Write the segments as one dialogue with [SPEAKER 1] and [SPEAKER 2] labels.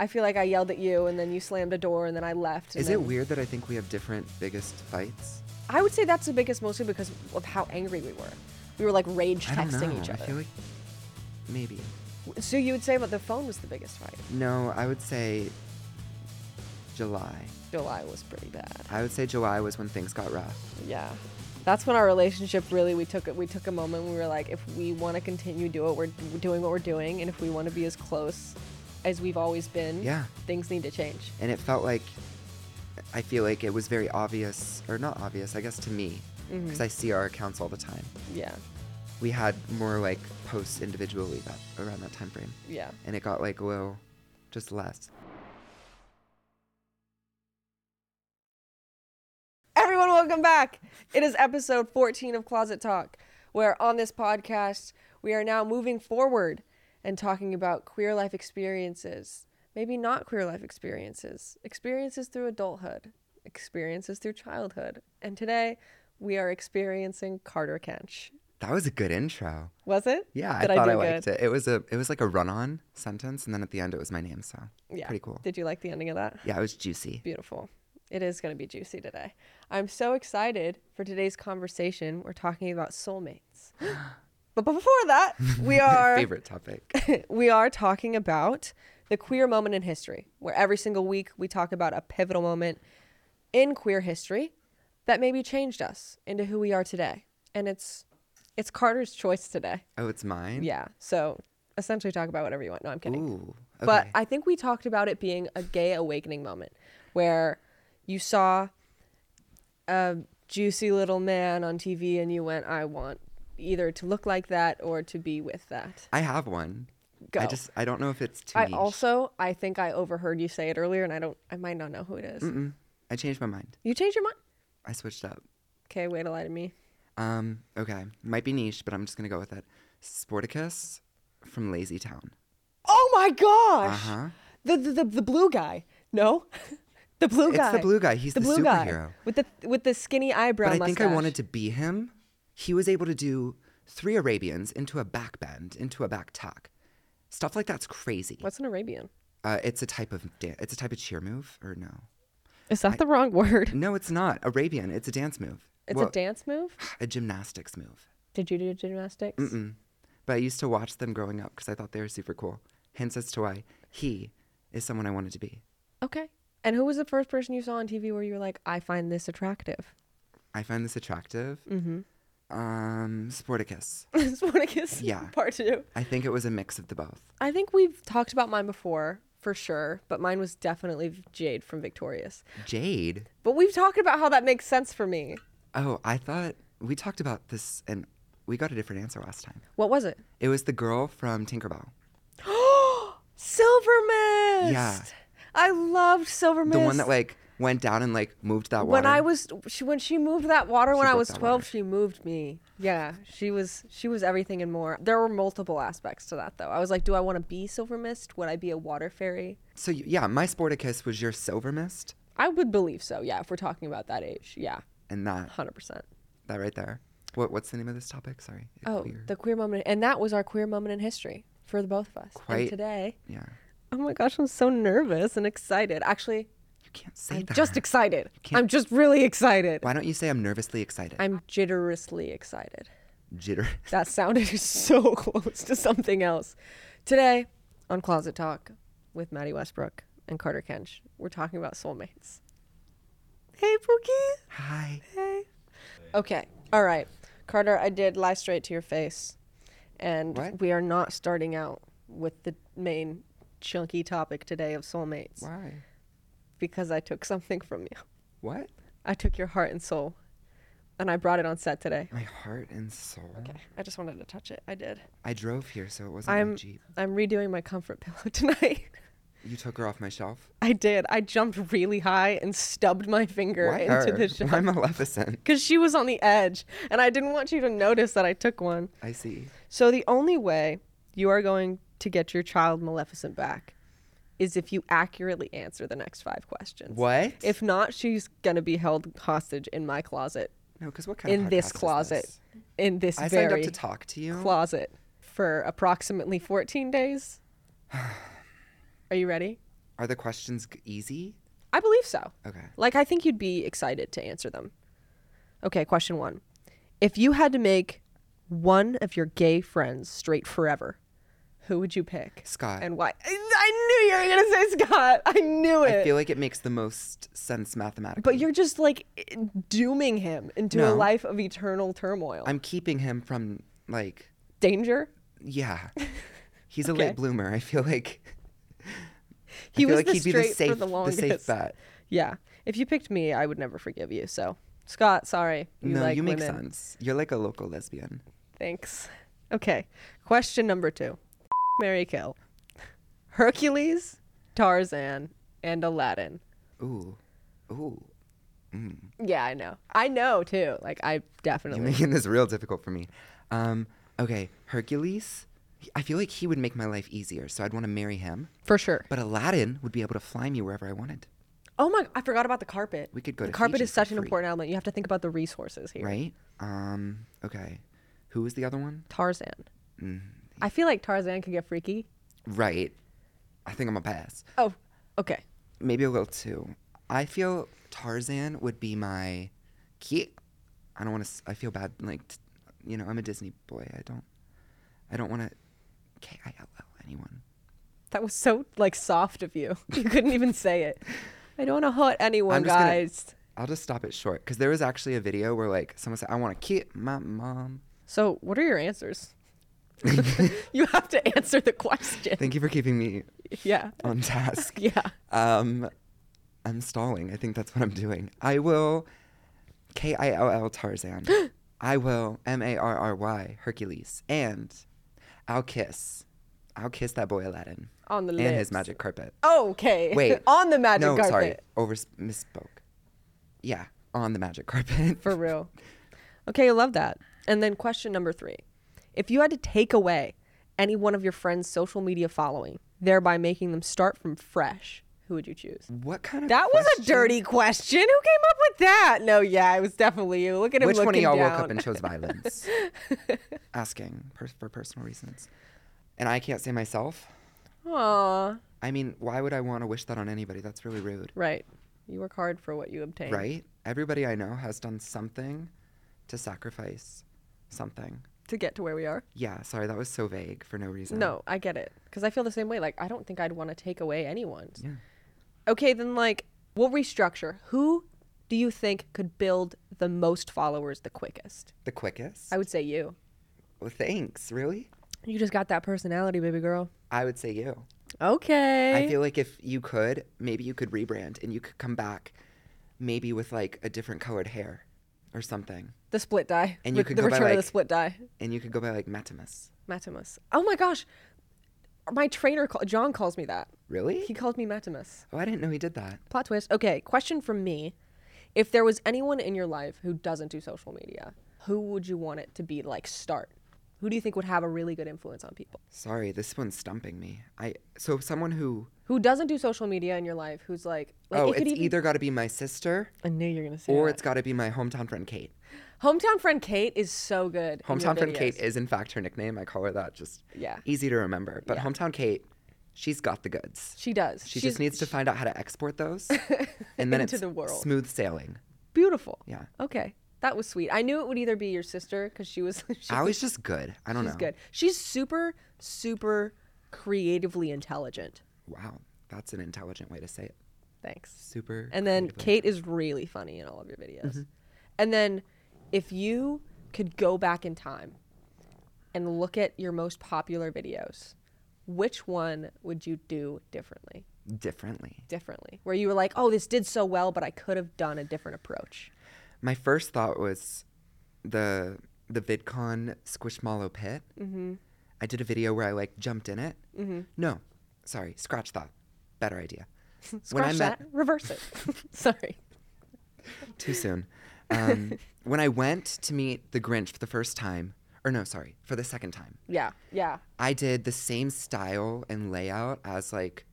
[SPEAKER 1] I feel like I yelled at you, and then you slammed a door, and then I left. and
[SPEAKER 2] Is it
[SPEAKER 1] then-
[SPEAKER 2] weird that I think we have different biggest fights?
[SPEAKER 1] I would say that's the biggest, mostly because of how angry we were. We were like rage
[SPEAKER 2] I don't
[SPEAKER 1] texting
[SPEAKER 2] know.
[SPEAKER 1] each
[SPEAKER 2] I
[SPEAKER 1] other.
[SPEAKER 2] feel like maybe.
[SPEAKER 1] so you would say that the phone was the biggest fight.
[SPEAKER 2] No, I would say July.
[SPEAKER 1] July was pretty bad.
[SPEAKER 2] I would say July was when things got rough.
[SPEAKER 1] Yeah. That's when our relationship really we took it we took a moment we were like if we want to continue do it we're we're doing what we're doing and if we want to be as close as we've always been
[SPEAKER 2] Yeah.
[SPEAKER 1] things need to change.
[SPEAKER 2] And it felt like I feel like it was very obvious or not obvious, I guess to me, because
[SPEAKER 1] Mhm.
[SPEAKER 2] I see our accounts all the time.
[SPEAKER 1] Yeah.
[SPEAKER 2] We had more like posts individually that around that time frame.
[SPEAKER 1] Yeah.
[SPEAKER 2] And it got like a little just less.
[SPEAKER 1] Everyone, welcome back. It is episode 14 of Closet Talk, where on this podcast, we are now moving forward and talking about queer life experiences. Maybe not queer life experiences, experiences through adulthood, experiences through childhood. And today, we are experiencing Carter Kench.
[SPEAKER 2] That was a good intro.
[SPEAKER 1] Was it?
[SPEAKER 2] Yeah,
[SPEAKER 1] Did
[SPEAKER 2] I thought I,
[SPEAKER 1] do
[SPEAKER 2] liked it. It was a it was like a run on sentence and then at the end it was my name, so
[SPEAKER 1] Yeah.
[SPEAKER 2] pretty cool.
[SPEAKER 1] Did you like the ending of that?
[SPEAKER 2] Yeah, it was juicy.
[SPEAKER 1] Beautiful. It is going to be juicy today. I'm so excited for today's conversation. We're talking about soulmates. but before that, we are
[SPEAKER 2] Favorite topic.
[SPEAKER 1] we are talking about the queer moment in history, where every single week we talk about a pivotal moment in queer history that maybe changed us into who we are today. And it's it's Carter's choice today.
[SPEAKER 2] Oh, it's mine?
[SPEAKER 1] Yeah. So essentially talk about whatever you want. No, I'm kidding.
[SPEAKER 2] Ooh. Okay.
[SPEAKER 1] But I think we talked about it being a gay awakening moment where you saw a juicy little man on TV and you went, I want either to look like that or to be with that.
[SPEAKER 2] I have one.
[SPEAKER 1] Go.
[SPEAKER 2] I just I don't know if it's too
[SPEAKER 1] I
[SPEAKER 2] niche.
[SPEAKER 1] also, I think I overheard you say it earlier and I don't, I might not know who it is.
[SPEAKER 2] Mm-mm. Mm, I changed my mind.
[SPEAKER 1] You changed your mind?
[SPEAKER 2] I switched up.
[SPEAKER 1] Okay, way to lie to me.
[SPEAKER 2] Um, okay. Might be niche, but I'm just gonna go with it. Sporticus from Lazy Town.
[SPEAKER 1] Oh my gosh!
[SPEAKER 2] Uh-huh.
[SPEAKER 1] The, the, the, the blue guy. No? the blue
[SPEAKER 2] It's
[SPEAKER 1] guy.
[SPEAKER 2] the blue guy. He's the,
[SPEAKER 1] blue guy
[SPEAKER 2] superhero.
[SPEAKER 1] with the with the skinny eyebrow
[SPEAKER 2] But I
[SPEAKER 1] mustache.
[SPEAKER 2] think I wanted to be him. He was able to do three Arabians into a back bend, into a back tuck. Stuff like that's crazy.
[SPEAKER 1] What's an Arabian?
[SPEAKER 2] Uh, it's a type of da- it's a type of cheer move, or no?
[SPEAKER 1] Is that the wrong word?
[SPEAKER 2] No, it's not Arabian. It's a dance move.
[SPEAKER 1] It's
[SPEAKER 2] Well,
[SPEAKER 1] a dance move.
[SPEAKER 2] a gymnastics move.
[SPEAKER 1] Did you do gymnastics?
[SPEAKER 2] Mm. But I used to watch them growing up because I thought they were super cool. Hence as to why he is someone I wanted to be.
[SPEAKER 1] Okay. And who was the first person you saw on TV where you were like, I find this attractive?
[SPEAKER 2] I find this attractive.
[SPEAKER 1] Mm-hmm.
[SPEAKER 2] Um, Sporticus.
[SPEAKER 1] Sporticus.
[SPEAKER 2] Yeah.
[SPEAKER 1] Part two.
[SPEAKER 2] I think it was a mix of the both.
[SPEAKER 1] I think we've talked about mine before for sure, but mine was definitely Jade from Victorious.
[SPEAKER 2] Jade.
[SPEAKER 1] But we've talked about how that makes sense for me.
[SPEAKER 2] Oh, I thought we talked about this and we got a different answer last time.
[SPEAKER 1] What was it?
[SPEAKER 2] It was the girl from Tinkerbell.
[SPEAKER 1] Silver Mist.
[SPEAKER 2] Yeah.
[SPEAKER 1] I loved Silver Mist.
[SPEAKER 2] The one that like went down and like moved that
[SPEAKER 1] when
[SPEAKER 2] water.
[SPEAKER 1] I was she, when she moved that water when I
[SPEAKER 2] broke
[SPEAKER 1] was
[SPEAKER 2] that
[SPEAKER 1] 12
[SPEAKER 2] water.
[SPEAKER 1] she moved me. Yeah, she was she was everything and more. There were multiple aspects to that though. I was like, do I want to be Silver Mist? Would I be a water fairy?
[SPEAKER 2] So you, yeah, my Sporticus was your Silver Mist
[SPEAKER 1] I would believe so. Yeah, if we're talking about that age. Yeah,
[SPEAKER 2] and that
[SPEAKER 1] 100%.
[SPEAKER 2] that right there. What what's the name of this topic? Sorry.
[SPEAKER 1] Oh,
[SPEAKER 2] Queer.
[SPEAKER 1] the queer moment and that was our queer moment in history for the both of us. And
[SPEAKER 2] Quite-
[SPEAKER 1] today,
[SPEAKER 2] yeah.
[SPEAKER 1] oh my gosh, I'm so nervous and excited. Actually,
[SPEAKER 2] You can't say
[SPEAKER 1] I'm
[SPEAKER 2] that.
[SPEAKER 1] just excited.
[SPEAKER 2] can't-
[SPEAKER 1] I'm just really excited.
[SPEAKER 2] Why don't you say I'm nervously excited?
[SPEAKER 1] I'm jitterously excited.
[SPEAKER 2] Jitter.
[SPEAKER 1] That sounded so close to something else. Today on Closet Talk with Maddie Westbrook and Carter Kench, we're talking about soulmates. Hey, Pookie.
[SPEAKER 2] Hi.
[SPEAKER 1] Hey. Okay. All right. Carter, I did lie straight to your face. And
[SPEAKER 2] What?
[SPEAKER 1] we are not starting out with the main chunky topic today of soulmates
[SPEAKER 2] Why?
[SPEAKER 1] because I took something from you.
[SPEAKER 2] What?
[SPEAKER 1] I took your heart and soul and I brought it on set today.
[SPEAKER 2] My heart and soul.
[SPEAKER 1] Okay. I just wanted to touch it. I did.
[SPEAKER 2] I drove here, so it wasn't my
[SPEAKER 1] I'm
[SPEAKER 2] Jeep.
[SPEAKER 1] I'm redoing my comfort pillow tonight.
[SPEAKER 2] You took her off my shelf.
[SPEAKER 1] I did. I jumped really high and stubbed my finger
[SPEAKER 2] Why
[SPEAKER 1] into
[SPEAKER 2] her?
[SPEAKER 1] the shelf
[SPEAKER 2] Why Maleficent?
[SPEAKER 1] because she was on the edge, and I didn't want you to notice that I took one.
[SPEAKER 2] I see.
[SPEAKER 1] So the only way you are going to get your child Maleficent back is if you accurately answer the next five questions.
[SPEAKER 2] What?
[SPEAKER 1] If not, she's gonna be held hostage in my closet,
[SPEAKER 2] no, because what kind of
[SPEAKER 1] in
[SPEAKER 2] podcast
[SPEAKER 1] this
[SPEAKER 2] is
[SPEAKER 1] closet,
[SPEAKER 2] this?
[SPEAKER 1] in this
[SPEAKER 2] I signed up
[SPEAKER 1] very
[SPEAKER 2] to talk to you.
[SPEAKER 1] closet for approximately 14 days. Are you ready?
[SPEAKER 2] Are the questions g- easy?
[SPEAKER 1] I believe so.
[SPEAKER 2] Okay.
[SPEAKER 1] Like, I think you'd be excited to answer them. Okay, question one. If you had to make one of your gay friends straight forever, who would you pick?
[SPEAKER 2] Scott.
[SPEAKER 1] And why? I- I knew you were going to say Scott. I knew it.
[SPEAKER 2] I feel like it makes the most sense mathematically.
[SPEAKER 1] but you're just like dooming him into a
[SPEAKER 2] No.
[SPEAKER 1] life of eternal turmoil.
[SPEAKER 2] I'm keeping him from like
[SPEAKER 1] Danger?
[SPEAKER 2] yeah. He's a
[SPEAKER 1] Okay.
[SPEAKER 2] late bloomer. I feel like
[SPEAKER 1] He
[SPEAKER 2] I feel
[SPEAKER 1] was
[SPEAKER 2] like
[SPEAKER 1] the
[SPEAKER 2] he'd be
[SPEAKER 1] straight
[SPEAKER 2] the safe
[SPEAKER 1] for the longest.
[SPEAKER 2] safe bet.
[SPEAKER 1] Yeah. If you picked me, I would never forgive you. So, Scott, sorry. You
[SPEAKER 2] no,
[SPEAKER 1] like
[SPEAKER 2] you make
[SPEAKER 1] women.
[SPEAKER 2] sense. You're like a local lesbian.
[SPEAKER 1] Thanks. Okay. Question number two Mary Kill. Hercules, Tarzan, and Aladdin.
[SPEAKER 2] Ooh. Ooh.
[SPEAKER 1] Yeah, I know. I know too. Like, I
[SPEAKER 2] You're
[SPEAKER 1] definitely.
[SPEAKER 2] making this real difficult for me. Um, okay, Hercules. he- I feel like he would make my life easier, so I'd want to marry him.
[SPEAKER 1] For sure.
[SPEAKER 2] But Aladdin would be able to fly me wherever I wanted,
[SPEAKER 1] Oh my, I forgot about the carpet.
[SPEAKER 2] We could go
[SPEAKER 1] The
[SPEAKER 2] to
[SPEAKER 1] carpet
[SPEAKER 2] Fiji
[SPEAKER 1] is
[SPEAKER 2] for
[SPEAKER 1] such an
[SPEAKER 2] free.
[SPEAKER 1] important element. You have to think about the resources here.
[SPEAKER 2] right? Um, okay. Who was the other one?
[SPEAKER 1] Tarzan.
[SPEAKER 2] Mm-hmm.
[SPEAKER 1] I feel like Tarzan could get freaky.
[SPEAKER 2] Right. I think I'm a pass.
[SPEAKER 1] Oh, okay.
[SPEAKER 2] Maybe I'll go two. I feel Tarzan would be my key. I don't want to. I feel bad. Like, t- you know, I'm a Disney boy. I don't. I don't want to K I L L anyone.
[SPEAKER 1] That was so like soft of you. You couldn't even say it. I don't want to hurt anyone,
[SPEAKER 2] I'm just gonna-
[SPEAKER 1] guys.
[SPEAKER 2] I'll just stop it short because there was actually a video where like someone said, "I want to keep my mom."
[SPEAKER 1] So, what are your answers? you have to answer the question.
[SPEAKER 2] Thank you for keeping me
[SPEAKER 1] Yeah.
[SPEAKER 2] on task.
[SPEAKER 1] Yeah.
[SPEAKER 2] Um, I'm stalling. I think that's what I'm doing. I will K I L L Tarzan. I will M A R R Y Hercules, and I'll kiss. I'll kiss that boy Aladdin
[SPEAKER 1] On the
[SPEAKER 2] and
[SPEAKER 1] lips.
[SPEAKER 2] his magic carpet.
[SPEAKER 1] Okay.
[SPEAKER 2] Wait.
[SPEAKER 1] On the magic
[SPEAKER 2] no,
[SPEAKER 1] carpet.
[SPEAKER 2] sorry, over misspoke. Yeah, on the magic carpet.
[SPEAKER 1] For real. Okay, I love that. And then question number 3. If you had to take away any one of your friends' social media following, thereby making them start from fresh, who would you choose?
[SPEAKER 2] what kind of
[SPEAKER 1] That was a
[SPEAKER 2] question?
[SPEAKER 1] dirty question. Who came up with that? No, yeah, it was definitely you. Look at him
[SPEAKER 2] Which one of
[SPEAKER 1] looking
[SPEAKER 2] y'all
[SPEAKER 1] down.
[SPEAKER 2] woke up and chose violence? Asking per- for personal reasons. And I can't say myself.
[SPEAKER 1] Aw,
[SPEAKER 2] I mean, why would I want to wish that on anybody? That's really rude,
[SPEAKER 1] right. You work hard for what you obtain.
[SPEAKER 2] right? Everybody I know has done something to sacrifice something.
[SPEAKER 1] To get to where we are.
[SPEAKER 2] Yeah, sorry, that was so vague for no reason.
[SPEAKER 1] No, I get it. Because I feel the same way. Like, I don't think I'd want to take away anyone's.
[SPEAKER 2] Yeah.
[SPEAKER 1] Okay, then, like, we'll restructure. Who do you think could build the most followers the quickest?
[SPEAKER 2] The quickest?
[SPEAKER 1] I would say you.
[SPEAKER 2] well, thanks, really?
[SPEAKER 1] You just got that personality, baby girl.
[SPEAKER 2] I would say you.
[SPEAKER 1] Okay.
[SPEAKER 2] I feel like if you could, maybe you could rebrand and you could come back maybe with like a different colored hair or something.
[SPEAKER 1] the split die.
[SPEAKER 2] And you
[SPEAKER 1] With
[SPEAKER 2] could
[SPEAKER 1] the
[SPEAKER 2] go by,
[SPEAKER 1] return of
[SPEAKER 2] like-
[SPEAKER 1] the split die.
[SPEAKER 2] And you could go by like Matimus.
[SPEAKER 1] Matimus. Oh my gosh. My trainer, call- John, calls me that.
[SPEAKER 2] Really?
[SPEAKER 1] He called me Matimus.
[SPEAKER 2] Oh, I didn't know he did that.
[SPEAKER 1] Plot twist. Okay, question from me. If there was anyone in your life who doesn't do social media, who would you want it to be like start? Who do you think would have a really good influence on people?
[SPEAKER 2] Sorry, this one's stumping me. I so someone who
[SPEAKER 1] Who doesn't do social media in your life who's like, like
[SPEAKER 2] oh,
[SPEAKER 1] it could
[SPEAKER 2] it's
[SPEAKER 1] even-
[SPEAKER 2] either got to be my sister
[SPEAKER 1] I knew you were gonna say
[SPEAKER 2] or
[SPEAKER 1] that.
[SPEAKER 2] it's got to be my hometown friend Kate.
[SPEAKER 1] Hometown friend Kate is so good. in your
[SPEAKER 2] Hometown friend Kate
[SPEAKER 1] videos.
[SPEAKER 2] is in fact her nickname. I call her that. Just
[SPEAKER 1] Yeah.
[SPEAKER 2] easy to remember. But
[SPEAKER 1] Yeah.
[SPEAKER 2] hometown Kate, she's got the goods.
[SPEAKER 1] She does.
[SPEAKER 2] She
[SPEAKER 1] She's
[SPEAKER 2] just needs to find out how to export those, and then
[SPEAKER 1] Into
[SPEAKER 2] it's
[SPEAKER 1] the world.
[SPEAKER 2] smooth sailing.
[SPEAKER 1] beautiful.
[SPEAKER 2] Yeah.
[SPEAKER 1] Okay, that was sweet. I knew it would either be your sister because she was. She
[SPEAKER 2] I was just good. I don't
[SPEAKER 1] She's
[SPEAKER 2] know.
[SPEAKER 1] good. She's super, super creatively intelligent.
[SPEAKER 2] Wow, that's an intelligent way to say it.
[SPEAKER 1] Thanks.
[SPEAKER 2] Super.
[SPEAKER 1] And then
[SPEAKER 2] creatively.
[SPEAKER 1] Kate is really funny in all of your videos.
[SPEAKER 2] Mm-hmm.
[SPEAKER 1] And then if you could go back in time and look at your most popular videos, which one would you do differently?
[SPEAKER 2] differently.
[SPEAKER 1] Differently. Where you were like, "Oh, this did so well, but I could have done a different approach."
[SPEAKER 2] My first thought was the the VidCon Squishmallow pit. Mm-hmm. I did a video where I like jumped in it. Mm-hmm. No, sorry, scratch that. Better idea.
[SPEAKER 1] Scratch that. Reverse it. Sorry.
[SPEAKER 2] too soon. Um, when I went to meet the Grinch for the first time, or no, sorry, for the second time,
[SPEAKER 1] Yeah. Yeah.
[SPEAKER 2] I did the same style and layout as like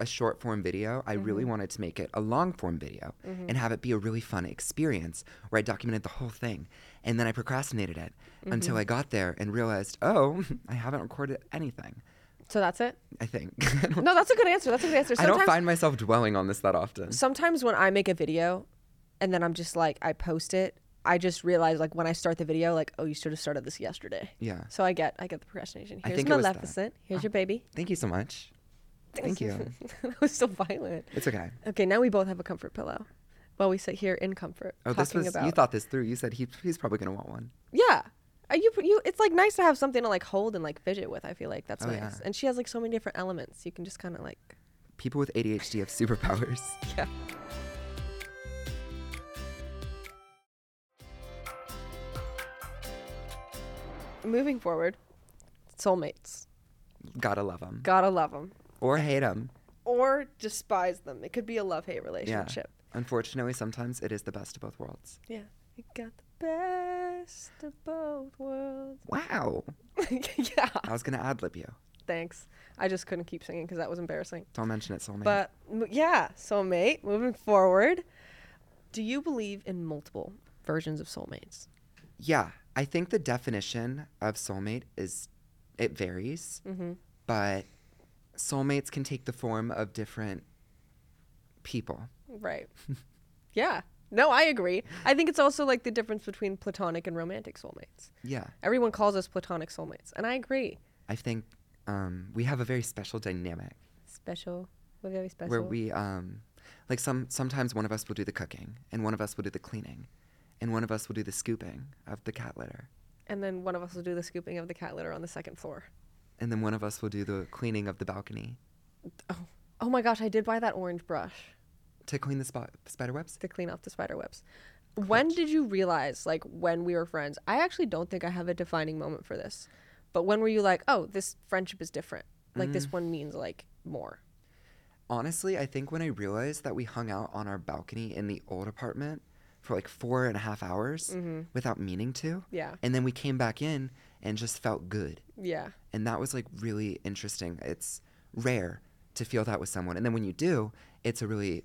[SPEAKER 2] a short form video. I really
[SPEAKER 1] Mm-hmm.
[SPEAKER 2] wanted to make it a long form video and have it be a really fun experience where I documented the whole thing. And
[SPEAKER 1] Mm-hmm.
[SPEAKER 2] then I procrastinated it until I got there and realized, oh, I haven't recorded anything.
[SPEAKER 1] So that's it.
[SPEAKER 2] I think. I don't,
[SPEAKER 1] No, that's a good answer. That's a good answer.
[SPEAKER 2] I
[SPEAKER 1] Sometimes,
[SPEAKER 2] don't find myself dwelling on this that often.
[SPEAKER 1] sometimes when I make a video, and then I'm just like, I post it. I just realize like when I start the video, like, oh, you should have started this yesterday.
[SPEAKER 2] Yeah.
[SPEAKER 1] So I get, I get the procrastination.
[SPEAKER 2] I
[SPEAKER 1] Here's
[SPEAKER 2] think it was that.
[SPEAKER 1] Maleficent. Here's your baby.
[SPEAKER 2] Thank you so much. Thank you.
[SPEAKER 1] that was so violent.
[SPEAKER 2] It's okay.
[SPEAKER 1] Okay, now we both have a comfort pillow. While we sit here in comfort,
[SPEAKER 2] Oh, this
[SPEAKER 1] talking
[SPEAKER 2] was
[SPEAKER 1] about
[SPEAKER 2] you thought this through. You said he, he's probably gonna want one.
[SPEAKER 1] yeah. Are you you? It's like nice to have something to like hold and like fidget with. I feel like that's
[SPEAKER 2] Oh,
[SPEAKER 1] nice.
[SPEAKER 2] yeah.
[SPEAKER 1] And she has like so many different elements. You can just kind of like
[SPEAKER 2] People with ADHD have superpowers.
[SPEAKER 1] yeah. Moving forward, soulmates.
[SPEAKER 2] Gotta love them
[SPEAKER 1] Gotta love them
[SPEAKER 2] or hate them.
[SPEAKER 1] or despise them. It could be a love hate relationship.
[SPEAKER 2] Unfortunately, sometimes it is the best of both worlds.
[SPEAKER 1] Yeah. You got the best of both worlds.
[SPEAKER 2] Wow.
[SPEAKER 1] yeah.
[SPEAKER 2] I was gonna ad lib you.
[SPEAKER 1] Thanks. I just couldn't keep singing because that was embarrassing.
[SPEAKER 2] Don't mention it, soulmate.
[SPEAKER 1] But m- yeah, soulmate, moving forward. Do you believe in multiple versions of soulmates?
[SPEAKER 2] yeah, I think the definition of soulmate is it varies, but soulmates can take the form of different people.
[SPEAKER 1] Right. yeah. No, I agree. I think it's also like the difference between platonic and romantic soulmates.
[SPEAKER 2] Yeah,
[SPEAKER 1] Everyone calls us platonic soulmates, and I agree.
[SPEAKER 2] I think um, we have a very special dynamic
[SPEAKER 1] Special. We're very special.
[SPEAKER 2] where we um, like some sometimes one of us will do the cooking and one of us will do the cleaning and one of us will do the scooping of the cat litter
[SPEAKER 1] and then one of us will do the scooping of the cat litter on the second floor.
[SPEAKER 2] and then one of us will do the cleaning of the balcony
[SPEAKER 1] Oh, oh my gosh, I did buy that orange brush.
[SPEAKER 2] to clean the spot spider webs.
[SPEAKER 1] to clean off the spider webs. When did you realize, like, when we were friends? I actually don't think I have a defining moment for this, but when were you like, oh, this friendship is different? Like, this one means, like, more.
[SPEAKER 2] Honestly, I think when I realized that we hung out on our balcony in the old apartment for like four and a half hours without meaning to,
[SPEAKER 1] Yeah.
[SPEAKER 2] and then we came back in and just felt good.
[SPEAKER 1] Yeah.
[SPEAKER 2] And that was like really interesting. It's rare to feel that with someone. And then when you do, it's a really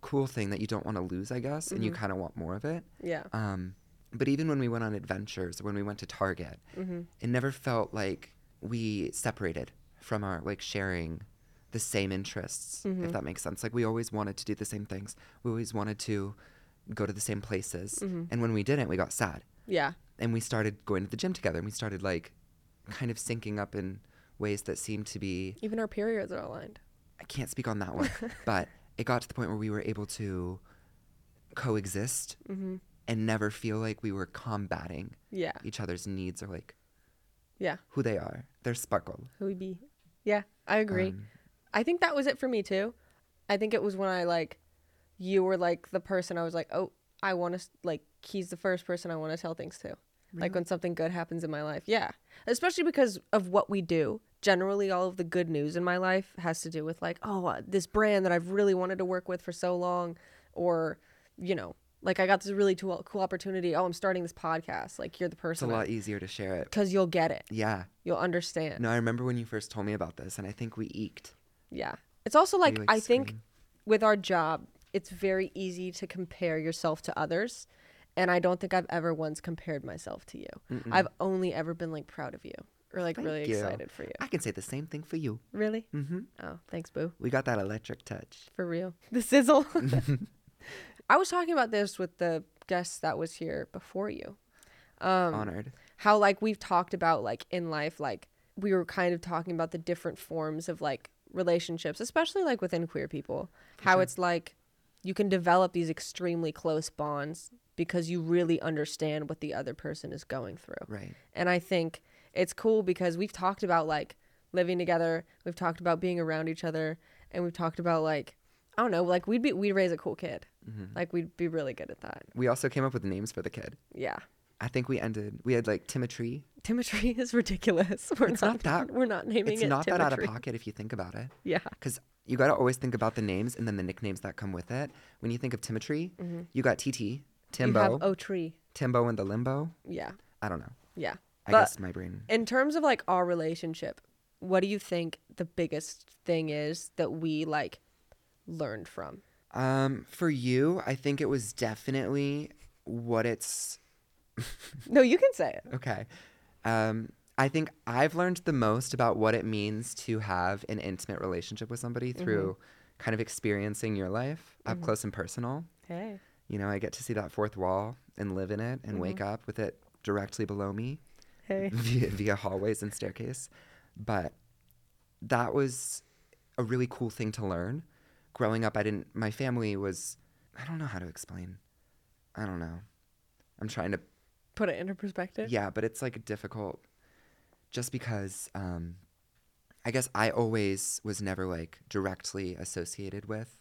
[SPEAKER 2] cool thing that you don't want to lose, I guess, and you kind of want more of it.
[SPEAKER 1] Yeah.
[SPEAKER 2] Um, but even when we went on adventures, when we went to Target, it never felt like we separated from our like sharing the same interests, if that makes sense. Like we always wanted to do the same things. We always wanted to go to the same places. And when we didn't, we got sad.
[SPEAKER 1] Yeah.
[SPEAKER 2] And we started going to the gym together and we started like kind of syncing up in ways that seemed to be
[SPEAKER 1] Even our periods are aligned.
[SPEAKER 2] I can't speak on that one, but it got to the point where we were able to coexist and never feel like we were combating
[SPEAKER 1] Mm-hmm. Yeah.
[SPEAKER 2] each other's needs or like
[SPEAKER 1] Yeah.
[SPEAKER 2] who they are. They're sparkle.
[SPEAKER 1] Who we be? Yeah. I agree. I think that was it for me, too. I think it was when I, like, you were, like, the person I was like, oh, I want to, like, he's the first person I want to tell things to. Like when something good happens in my life. Yeah. Especially because of what we do. Generally, all of the good news in my life has to do with, like, oh, uh, this brand that I've really wanted to work with for so long, or, you know, like I got this really cool, cool opportunity. Oh, I'm starting this podcast. Like, you're the
[SPEAKER 2] It's a
[SPEAKER 1] person.
[SPEAKER 2] lot easier to share it.
[SPEAKER 1] Because you'll get it.
[SPEAKER 2] Yeah.
[SPEAKER 1] You'll understand.
[SPEAKER 2] No, I remember when you first told me about this, and I think we eked.
[SPEAKER 1] Yeah. It's also like,
[SPEAKER 2] like,
[SPEAKER 1] I think
[SPEAKER 2] scream.
[SPEAKER 1] with our job, it's very easy to compare yourself to others. And I don't think I've ever once compared myself to you. I've only ever been like proud of you or like
[SPEAKER 2] Thank
[SPEAKER 1] really
[SPEAKER 2] you.
[SPEAKER 1] excited for you.
[SPEAKER 2] I can say the same thing for you.
[SPEAKER 1] Really? Mm-hmm. Oh, thanks, Boo.
[SPEAKER 2] We got that electric touch.
[SPEAKER 1] For real. The sizzle. I was talking about this with the guest that was here before you. Um,
[SPEAKER 2] Honored.
[SPEAKER 1] how like we've talked about like in life like we were kind of talking about the different forms of like relationships especially like within queer people how it's like you can develop these extremely close bonds because you really understand what the other person is going through
[SPEAKER 2] Right.
[SPEAKER 1] and I think it's cool because we've talked about like living together, we've talked about being around each other, and we've talked about like I don't know, like we'd be we'd raise a cool kid. Like we'd be really good at that.
[SPEAKER 2] We also came up with names for the kid.
[SPEAKER 1] Yeah.
[SPEAKER 2] I think we ended, we had like Timotry.
[SPEAKER 1] Timotry is ridiculous. We're
[SPEAKER 2] It's
[SPEAKER 1] not,
[SPEAKER 2] not that-
[SPEAKER 1] we're not naming
[SPEAKER 2] It's
[SPEAKER 1] it
[SPEAKER 2] not that out of
[SPEAKER 1] Timotry.
[SPEAKER 2] pocket if you think about it.
[SPEAKER 1] Yeah.
[SPEAKER 2] Because you got to always think about the names and then the nicknames that come with it. When you think of Timotry, you got TT, Timbo,
[SPEAKER 1] Mm-hmm. You have O tree.
[SPEAKER 2] Timbo and the Limbo.
[SPEAKER 1] Yeah.
[SPEAKER 2] I don't know.
[SPEAKER 1] Yeah.
[SPEAKER 2] I
[SPEAKER 1] but
[SPEAKER 2] guess my brain.
[SPEAKER 1] in terms of like our relationship, what do you think the biggest thing is that we like learned from?
[SPEAKER 2] Um, for you, I think it was definitely what it's
[SPEAKER 1] No, you can say it.
[SPEAKER 2] okay. Um, I think I've learned the most about what it means to have an intimate relationship with somebody
[SPEAKER 1] Mm-hmm.
[SPEAKER 2] through kind of experiencing your life up close and personal.
[SPEAKER 1] Hey.
[SPEAKER 2] You know, I get to see that fourth wall and live in it and wake up with it directly below me
[SPEAKER 1] Hey.
[SPEAKER 2] via, via hallways and staircase. But that was a really cool thing to learn. Growing up, I didn't, my family was, I don't know how to explain. I don't know. I'm trying to
[SPEAKER 1] Put it into perspective.
[SPEAKER 2] yeah, but it's like difficult just because um I guess I always was never like directly associated with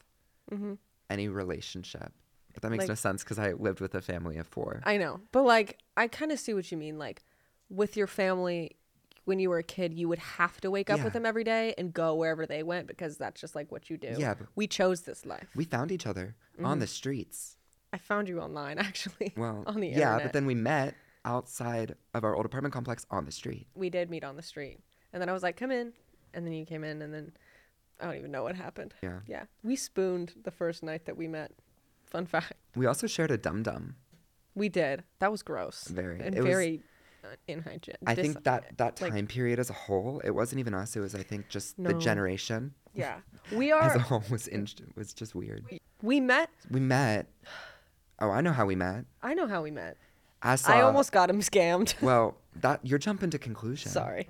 [SPEAKER 1] Mhm.
[SPEAKER 2] any relationship. But that makes
[SPEAKER 1] Like-
[SPEAKER 2] no sense because I lived with a family of four.
[SPEAKER 1] I know. But like I kind of see what you mean. Like with your family when you were a kid, you would have to wake up
[SPEAKER 2] Yeah.
[SPEAKER 1] with them every day and go wherever they went because that's just like what you do. Mm-hmm.
[SPEAKER 2] Yeah, but-
[SPEAKER 1] we chose this life.
[SPEAKER 2] we found each other on the streets.
[SPEAKER 1] I found you online actually.
[SPEAKER 2] Well,
[SPEAKER 1] on the
[SPEAKER 2] yeah,
[SPEAKER 1] internet.
[SPEAKER 2] but then we met outside of our old apartment complex on the street.
[SPEAKER 1] we did meet on the street. And then I was like, "Come in." And then you came in and then I don't even know what happened.
[SPEAKER 2] Yeah.
[SPEAKER 1] Yeah. We spooned the first night that we met. Fun fact.
[SPEAKER 2] We also shared a dum dum.
[SPEAKER 1] We did. That was gross.
[SPEAKER 2] Very.
[SPEAKER 1] And
[SPEAKER 2] It was-
[SPEAKER 1] very uh, inhygienic.
[SPEAKER 2] I think
[SPEAKER 1] dis-
[SPEAKER 2] that that
[SPEAKER 1] like-
[SPEAKER 2] time period as a whole, it wasn't even us. It was I think just the
[SPEAKER 1] No.
[SPEAKER 2] generation
[SPEAKER 1] Yeah. We
[SPEAKER 2] as a
[SPEAKER 1] are.
[SPEAKER 2] whole was in, was just weird.
[SPEAKER 1] We met.
[SPEAKER 2] We met. Oh, I know how we met.
[SPEAKER 1] I know how we met.
[SPEAKER 2] I saw.
[SPEAKER 1] I almost got him scammed.
[SPEAKER 2] Well, that you're jumping to conclusion.
[SPEAKER 1] Sorry.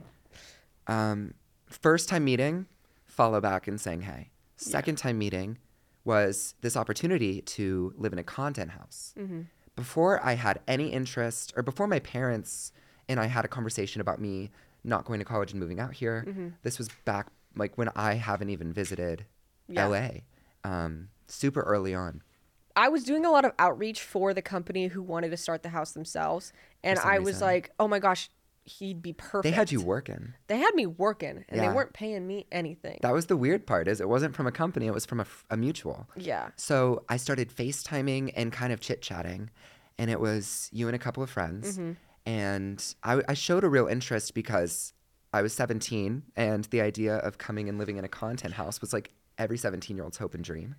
[SPEAKER 2] Um, first time meeting, follow back and saying hey. Second time meeting was this opportunity to live in a content house.
[SPEAKER 1] Mm-hmm.
[SPEAKER 2] Before I had any interest, or before my parents and I had a conversation about me not going to college and moving out here.
[SPEAKER 1] Mm-hmm.
[SPEAKER 2] This was back like when I haven't even visited
[SPEAKER 1] Yeah.
[SPEAKER 2] LA. Um, super early on.
[SPEAKER 1] I was doing a lot of outreach for the company who wanted to start the house themselves, and
[SPEAKER 2] some
[SPEAKER 1] I was
[SPEAKER 2] reason.
[SPEAKER 1] like, "Oh my gosh, he'd be perfect."
[SPEAKER 2] They had you working.
[SPEAKER 1] They had me working, and
[SPEAKER 2] Yeah.
[SPEAKER 1] they weren't paying me anything.
[SPEAKER 2] That was the weird part is it wasn't from a company, it was from a, f- a mutual.
[SPEAKER 1] yeah.
[SPEAKER 2] So I started FaceTiming and kind of chit chatting. And it was you and a couple of friends.
[SPEAKER 1] Mm-hmm.
[SPEAKER 2] And I, I showed a real interest because I was 17 and the idea of coming and living in a content house was like every 17 year old's hope and dream.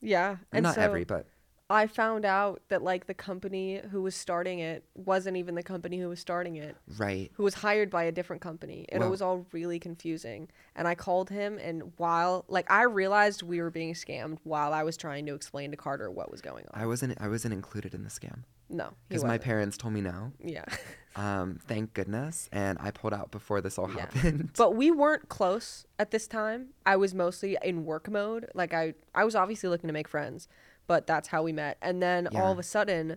[SPEAKER 1] Yeah. And
[SPEAKER 2] Not
[SPEAKER 1] so
[SPEAKER 2] every, but
[SPEAKER 1] I found out that like the company who was starting it wasn't even the company who was starting it.
[SPEAKER 2] right.
[SPEAKER 1] who was hired by a different company and
[SPEAKER 2] Well-
[SPEAKER 1] it was all really confusing and i called him and while like i realized we were being scammed while i was trying to explain to carter what was going on
[SPEAKER 2] I wasn't I wasn't included in the scam
[SPEAKER 1] no he
[SPEAKER 2] because my
[SPEAKER 1] wasn't.
[SPEAKER 2] parents told me no.
[SPEAKER 1] yeah
[SPEAKER 2] Um, thank goodness, and I pulled out before this all
[SPEAKER 1] Yeah.
[SPEAKER 2] happened.
[SPEAKER 1] but we weren't close at this time i was mostly in work mode like i i was obviously looking to make friends but that's how we met and then all of
[SPEAKER 2] Yeah.
[SPEAKER 1] a sudden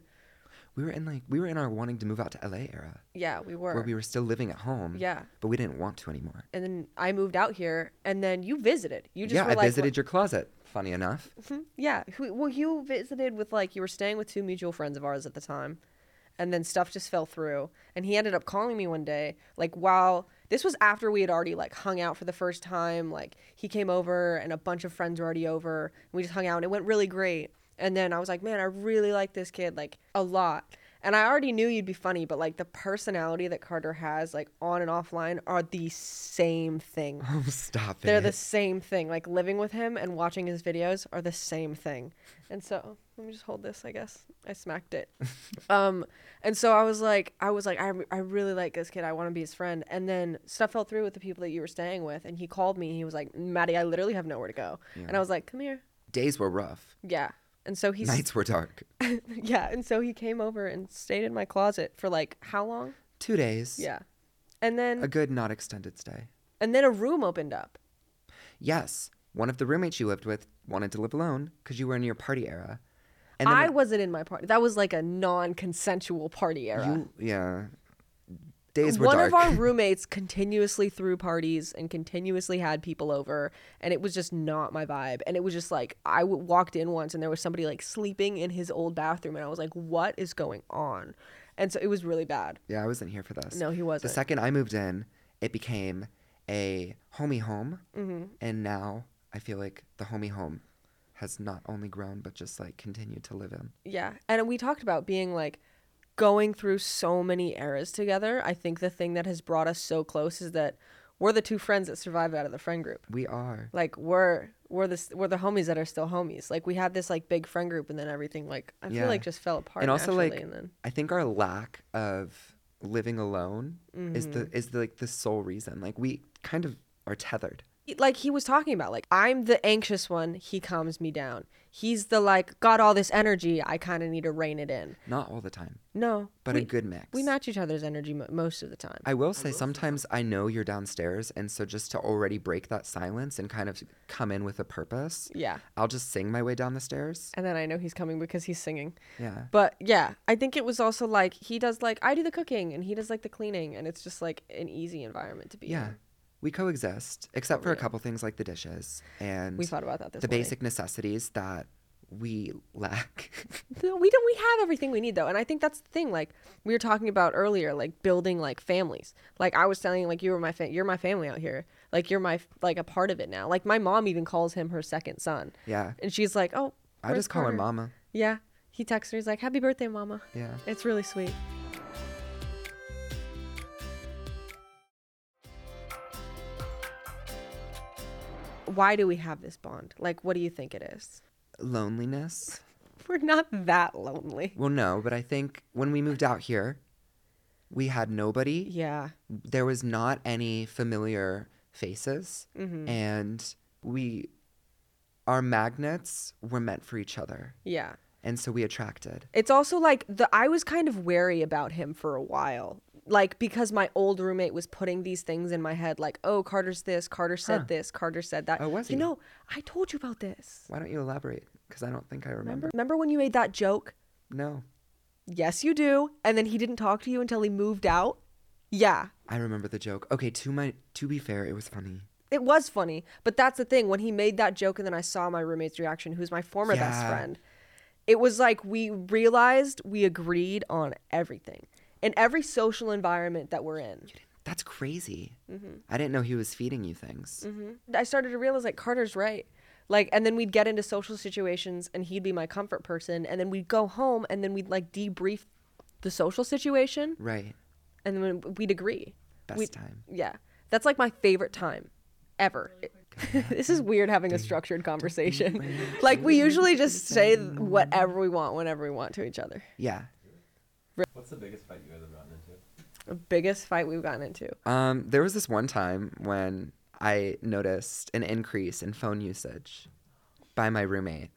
[SPEAKER 2] we were in like we were in our wanting to move out to LA era.
[SPEAKER 1] yeah we were
[SPEAKER 2] where we were still living at home.
[SPEAKER 1] Yeah.
[SPEAKER 2] But we didn't want to anymore.
[SPEAKER 1] and then i moved out here and then you visited you just
[SPEAKER 2] yeah,
[SPEAKER 1] were
[SPEAKER 2] I
[SPEAKER 1] like
[SPEAKER 2] visited your closet, funny enough.
[SPEAKER 1] Hmm, Yeah. who- Well, you visited with like you were staying with two mutual friends of ours at the time, and then stuff just fell through. And he ended up calling me one day, like while this was after we had already like hung out for the first time. Like he came over, and a bunch of friends were already over, and we just hung out, and it went really great. And then I was like, man, I really like this kid like a lot. And I already knew you'd be funny, but like the personality that Carter has, like on and offline, are the same thing.
[SPEAKER 2] Oh, stop
[SPEAKER 1] They're
[SPEAKER 2] it.
[SPEAKER 1] the same thing. Like living with him and watching his videos are the same thing. And so let me just hold this, I guess. I smacked it. um and so I was like I was like I, I really like this kid. I want to be his friend. And then stuff fell through with the people that you were staying with and he called me. He was like, "Maddie, I literally have nowhere to go." And I was like, "Come here."
[SPEAKER 2] Days were rough.
[SPEAKER 1] Yeah. And so he's
[SPEAKER 2] Nights were dark.
[SPEAKER 1] yeah, and so he came over and stayed in my closet for like how long?
[SPEAKER 2] Two days.
[SPEAKER 1] Yeah. And then
[SPEAKER 2] A good, not extended stay.
[SPEAKER 1] and then a room opened up.
[SPEAKER 2] Yes, one of the roommates you lived with wanted to live alone because you were in your party era. And
[SPEAKER 1] I
[SPEAKER 2] when-
[SPEAKER 1] wasn't in my party. That was like a non-consensual party era.
[SPEAKER 2] you, yeah. Days were
[SPEAKER 1] one
[SPEAKER 2] dark.
[SPEAKER 1] of our roommates continuously threw parties and continuously had people over and it was just not my vibe and it was just like I w- walked in once and there was somebody like sleeping in his old bathroom and i was like what is going on and so it was really bad
[SPEAKER 2] yeah, I wasn't here for this.
[SPEAKER 1] No, he wasn't.
[SPEAKER 2] The second I moved in, it became a homey home.
[SPEAKER 1] Mm-hmm.
[SPEAKER 2] And now I feel like the homey home has not only grown, but just like continued to live in.
[SPEAKER 1] yeah and we talked about being like going through so many eras together i think the thing that has brought us so close is that we're the two friends that survived out of the friend group
[SPEAKER 2] We are.
[SPEAKER 1] like we're we're this we're the homies that are still homies like we had this like big friend group and then everything like i
[SPEAKER 2] Yeah.
[SPEAKER 1] feel like just fell apart
[SPEAKER 2] and also
[SPEAKER 1] naturally,
[SPEAKER 2] like
[SPEAKER 1] and then
[SPEAKER 2] i think our lack of living alone is
[SPEAKER 1] Mm-hmm.
[SPEAKER 2] the is the, like the sole reason. Like we kind of are tethered.
[SPEAKER 1] like he was talking about like i'm the anxious one he calms me down he's the like got all this energy i kind of need to rein it in
[SPEAKER 2] Not all the time,
[SPEAKER 1] no
[SPEAKER 2] but
[SPEAKER 1] we,
[SPEAKER 2] a good mix.
[SPEAKER 1] we match each other's energy mo- most of the time
[SPEAKER 2] I will say sometimes I know you're downstairs, and so just to already break that silence and kind of come in with a purpose,
[SPEAKER 1] yeah
[SPEAKER 2] I'll just sing my way down the stairs.
[SPEAKER 1] and then i know he's coming because he's singing
[SPEAKER 2] Yeah.
[SPEAKER 1] but yeah i think it was also like he does like i do the cooking and he does like the cleaning and it's just like an easy environment to be
[SPEAKER 2] Yeah.
[SPEAKER 1] in
[SPEAKER 2] We coexist, except for a
[SPEAKER 1] yeah.
[SPEAKER 2] couple things like the dishes and
[SPEAKER 1] we thought about that this
[SPEAKER 2] the
[SPEAKER 1] morning.
[SPEAKER 2] basic necessities that we lack.
[SPEAKER 1] No, we don't we have everything we need though and i think that's the thing like we were talking about earlier like building like families like i was telling you, like you were my fa- you're my family out here like you're my f- like a part of it now like my mom even calls him her second son
[SPEAKER 2] yeah.
[SPEAKER 1] and she's like oh
[SPEAKER 2] I
[SPEAKER 1] where's
[SPEAKER 2] just call
[SPEAKER 1] Carter?"
[SPEAKER 2] her mama.
[SPEAKER 1] yeah he texts her he's like happy birthday mama
[SPEAKER 2] Yeah.
[SPEAKER 1] it's really sweet why do we have this bond like what do you think it is
[SPEAKER 2] Loneliness.
[SPEAKER 1] we're not that lonely
[SPEAKER 2] Well, no, but I think when we moved out here, we had nobody.
[SPEAKER 1] yeah
[SPEAKER 2] There was not any familiar faces.
[SPEAKER 1] Mm-hmm. Mm.
[SPEAKER 2] And we, our magnets were meant for each other.
[SPEAKER 1] Yeah.
[SPEAKER 2] And so we attracted.
[SPEAKER 1] It's also like the I was kind of wary about him for a while. Like because my old roommate was putting these things in my head like, "Oh, Carter's this, Carter said
[SPEAKER 2] Huh.
[SPEAKER 1] this, Carter said that."
[SPEAKER 2] Oh, was
[SPEAKER 1] You
[SPEAKER 2] he?
[SPEAKER 1] know, I told you about this.
[SPEAKER 2] Why don't you elaborate? Because I don't think I
[SPEAKER 1] Remember?
[SPEAKER 2] remember.
[SPEAKER 1] Remember when you made that joke?
[SPEAKER 2] No,
[SPEAKER 1] Yes, you do. And then he didn't talk to you until he moved out? Yeah.
[SPEAKER 2] I remember the joke. Okay, to my to be fair, it was funny.
[SPEAKER 1] It was funny, but that's the thing. When he made that joke, and then I saw my roommate's reaction, who's my former best
[SPEAKER 2] Yeah.
[SPEAKER 1] friend, it was like we realized we agreed on everything in every social environment that we're in.
[SPEAKER 2] That's crazy. I didn't know he was feeding you things.
[SPEAKER 1] Mm. Mm-hmm. I started to realize like Carter's right. Like, and then we'd get into social situations and he'd be my comfort person. And then we'd go home and then we'd like debrief the social situation
[SPEAKER 2] Right.
[SPEAKER 1] and then we'd agree.
[SPEAKER 2] Best
[SPEAKER 1] We'd-
[SPEAKER 2] time.
[SPEAKER 1] Yeah. That's like my favorite time ever. this is weird having a structured conversation. like, we usually just say whatever we want whenever we want to each other.
[SPEAKER 2] Yeah.
[SPEAKER 3] What's the biggest fight you guys have gotten into?
[SPEAKER 1] The biggest fight we've gotten into.
[SPEAKER 2] Um, there was this one time when I noticed an increase in phone usage by my roommate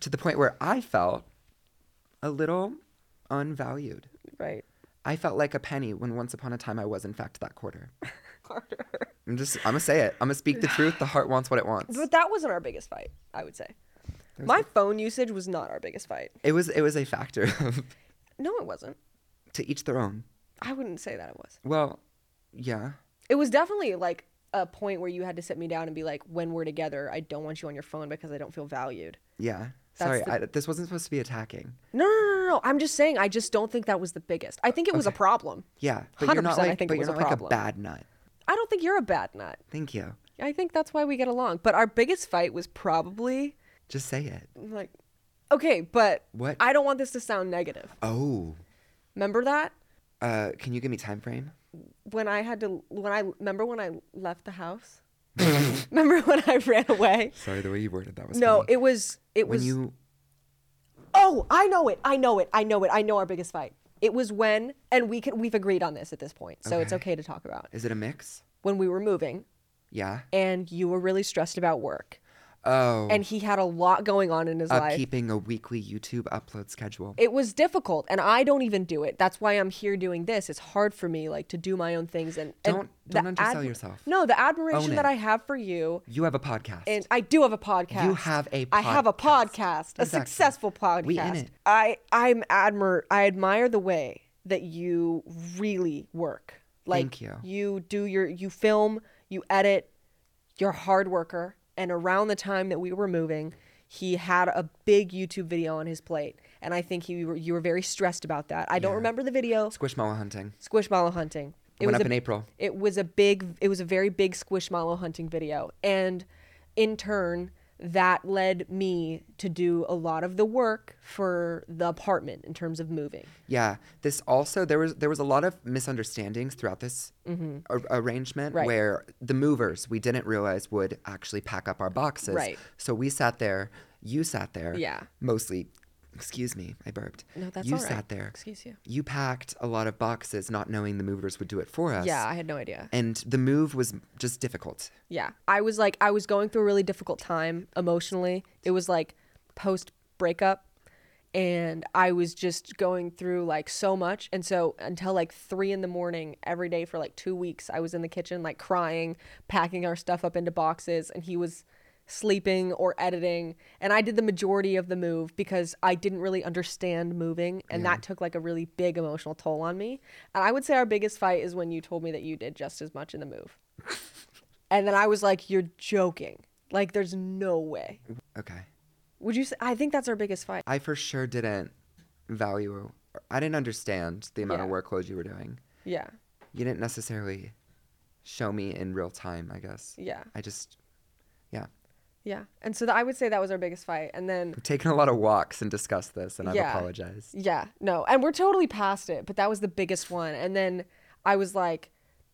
[SPEAKER 2] to the point where I felt a little unvalued.
[SPEAKER 1] Right.
[SPEAKER 2] I felt like a penny when once upon a time I was in fact that quarter.
[SPEAKER 1] Carter.
[SPEAKER 2] I'm just I'm gonna say it. I'm gonna speak the truth. The heart wants what it wants.
[SPEAKER 1] But that wasn't our biggest fight, I would say. My phone usage was not our biggest fight.
[SPEAKER 2] It was it was a factor of
[SPEAKER 1] No, it wasn't.
[SPEAKER 2] to each their own.
[SPEAKER 1] I wouldn't say that it was.
[SPEAKER 2] Well, yeah.
[SPEAKER 1] It was definitely like a point where you had to sit me down and be like, when we're together, I don't want you on your phone because I don't feel valued.
[SPEAKER 2] Yeah.
[SPEAKER 1] That's
[SPEAKER 2] Sorry,
[SPEAKER 1] the-
[SPEAKER 2] I, this wasn't supposed to be attacking.
[SPEAKER 1] No, no, no, no, no. I'm just saying, I just don't think that was the biggest. I think it was a problem.
[SPEAKER 2] Yeah, but you're not
[SPEAKER 1] 100% I
[SPEAKER 2] like,
[SPEAKER 1] think
[SPEAKER 2] but
[SPEAKER 1] it was
[SPEAKER 2] you're
[SPEAKER 1] a
[SPEAKER 2] not like a
[SPEAKER 1] problem.
[SPEAKER 2] bad nut.
[SPEAKER 1] I don't think you're a bad nut.
[SPEAKER 2] Thank you.
[SPEAKER 1] I think that's why we get along. But our biggest fight was probably
[SPEAKER 2] Just say it.
[SPEAKER 1] like, okay, but
[SPEAKER 2] What?
[SPEAKER 1] I don't want this to sound negative.
[SPEAKER 2] Oh,
[SPEAKER 1] Remember that?
[SPEAKER 2] uh, can you give me time frame?
[SPEAKER 1] when I had to when I remember when I left the house. remember when I ran away?
[SPEAKER 2] Sorry, the way you worded that was
[SPEAKER 1] No,
[SPEAKER 2] funny.
[SPEAKER 1] it was it
[SPEAKER 2] when
[SPEAKER 1] was
[SPEAKER 2] you
[SPEAKER 1] Oh, I know it. I know it. I know it. I know our biggest fight. It was when and we can we've agreed on this at this point. So it's
[SPEAKER 2] Okay.
[SPEAKER 1] okay to talk about.
[SPEAKER 2] is it a mix?
[SPEAKER 1] When we were moving
[SPEAKER 2] Yeah.
[SPEAKER 1] and you were really stressed about work
[SPEAKER 2] Oh,
[SPEAKER 1] and he had a lot going on in his
[SPEAKER 2] of
[SPEAKER 1] life.
[SPEAKER 2] keeping a weekly YouTube upload schedule.
[SPEAKER 1] it was difficult and I don't even do it. That's why I'm here doing this. It's hard for me like to do my own things and and
[SPEAKER 2] Don't- don't
[SPEAKER 1] the
[SPEAKER 2] undersell yourself.
[SPEAKER 1] No, the
[SPEAKER 2] Own
[SPEAKER 1] admiration that
[SPEAKER 2] it.
[SPEAKER 1] I have for you
[SPEAKER 2] you have a podcast.
[SPEAKER 1] and I do have a podcast.
[SPEAKER 2] You have a
[SPEAKER 1] I have a
[SPEAKER 2] podcast.
[SPEAKER 1] podcast, a
[SPEAKER 2] Exactly.
[SPEAKER 1] successful podcast.
[SPEAKER 2] We in it.
[SPEAKER 1] I I'm admir I admire the way that you really work. Like
[SPEAKER 2] Thank you.
[SPEAKER 1] do your you film, you edit, you're a hard worker. And around the time that we were moving, he had a big YouTube video on his plate, and I think he you were, you were very stressed about that. I don't remember the video.
[SPEAKER 2] Squishmallow hunting.
[SPEAKER 1] Squishmallow hunting. It
[SPEAKER 2] Went
[SPEAKER 1] was
[SPEAKER 2] up
[SPEAKER 1] a-
[SPEAKER 2] in April.
[SPEAKER 1] It was a big. It was a very big squishmallow hunting video, and in turn, that led me to do a lot of the work for the apartment in terms of moving.
[SPEAKER 2] Yeah. This also there was there was a lot of misunderstandings throughout this ar- arrangement
[SPEAKER 1] Mm-hmm. Right.
[SPEAKER 2] where the movers we didn't realize would actually pack up our boxes.
[SPEAKER 1] Right.
[SPEAKER 2] So we sat there, you sat there.
[SPEAKER 1] Yeah.
[SPEAKER 2] Mostly Excuse me, I burped.
[SPEAKER 1] No, that's
[SPEAKER 2] you
[SPEAKER 1] all right.
[SPEAKER 2] sat there.
[SPEAKER 1] Excuse you.
[SPEAKER 2] You packed a lot of boxes, not knowing the movers would do it for us.
[SPEAKER 1] Yeah, I had no idea.
[SPEAKER 2] And the move was just difficult.
[SPEAKER 1] Yeah. I was like, I was going through a really difficult time emotionally. It was like post breakup. And I was just going through like so much. And so until like three in the morning every day for like two weeks, I was in the kitchen, like crying, packing our stuff up into boxes. And he was sleeping or editing. And I did the majority of the move because I didn't really understand moving. And that took like a really big emotional toll on me. And I would say our biggest fight is when you told me that you did just as much in the move. And then I was like, "You're joking! Like, there's no way."
[SPEAKER 2] Okay.
[SPEAKER 1] Would you say? I think that's our biggest fight.
[SPEAKER 2] I for sure didn't value, I didn't understand the amount of
[SPEAKER 1] Yeah.
[SPEAKER 2] workload you were doing.
[SPEAKER 1] Yeah,
[SPEAKER 2] You didn't necessarily show me in real time, I guess.
[SPEAKER 1] yeah,
[SPEAKER 2] I just, yeah.
[SPEAKER 1] yeah. And so th- I would say that was our biggest fight. And then,
[SPEAKER 2] We've taken a lot of walks and discussed this, and I've
[SPEAKER 1] Yeah.
[SPEAKER 2] apologized.
[SPEAKER 1] yeah, no, and we're totally past it. But that was the biggest one. And then I was like,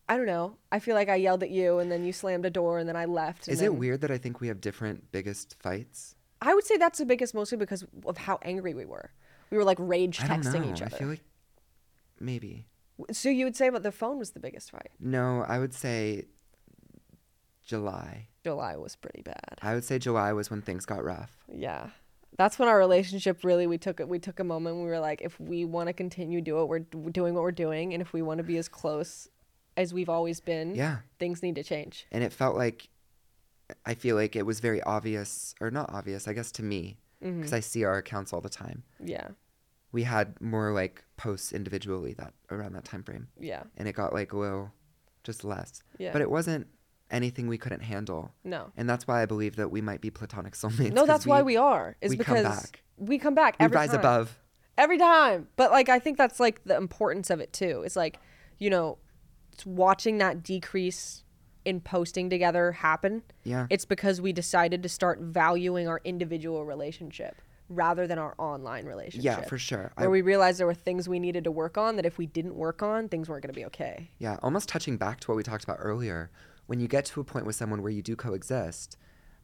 [SPEAKER 1] I don't know. I feel like I yelled at you, and then you slammed a door, and then I left. and
[SPEAKER 2] Is it
[SPEAKER 1] then-
[SPEAKER 2] weird that I think we have different biggest fights?
[SPEAKER 1] I would say that's the biggest, mostly because of how angry we were. We were like rage
[SPEAKER 2] I don't
[SPEAKER 1] texting
[SPEAKER 2] know.
[SPEAKER 1] each other.
[SPEAKER 2] I feel like maybe.
[SPEAKER 1] so you would say about the phone was the biggest fight.
[SPEAKER 2] No, I would say July.
[SPEAKER 1] July was pretty bad.
[SPEAKER 2] I would say July was when things got rough.
[SPEAKER 1] Yeah. That's when our relationship really we took it we took a moment we were like if we want to continue do it we're d- doing what we're doing and if we want to be as close as we've always been
[SPEAKER 2] Yeah.
[SPEAKER 1] things need to change.
[SPEAKER 2] And it felt like I feel like it was very obvious or not obvious, I guess to me,
[SPEAKER 1] Mm-hmm.
[SPEAKER 2] because I see our accounts all the time.
[SPEAKER 1] Yeah.
[SPEAKER 2] We had more like posts individually that around that time frame.
[SPEAKER 1] Yeah.
[SPEAKER 2] And it got like a little just less.
[SPEAKER 1] Yeah.
[SPEAKER 2] But it wasn't anything we couldn't handle.
[SPEAKER 1] No.
[SPEAKER 2] And that's why I believe that we might be platonic soulmates.
[SPEAKER 1] No,
[SPEAKER 2] 'cause
[SPEAKER 1] that's why we are. Is
[SPEAKER 2] we come
[SPEAKER 1] because
[SPEAKER 2] back.
[SPEAKER 1] we come back
[SPEAKER 2] we
[SPEAKER 1] every
[SPEAKER 2] rise
[SPEAKER 1] time.
[SPEAKER 2] above.
[SPEAKER 1] every time. But like I think that's like the importance of it too. It's like, you know, it's watching that decrease in posting together happen.
[SPEAKER 2] Yeah.
[SPEAKER 1] It's because we decided to start valuing our individual relationship rather than our online relationship.
[SPEAKER 2] Yeah, for sure. I
[SPEAKER 1] Where we realized there were things we needed to work on that if we didn't work on, things weren't going to be okay.
[SPEAKER 2] Yeah, almost touching back to what we talked about earlier, when you get to a point with someone where you do coexist,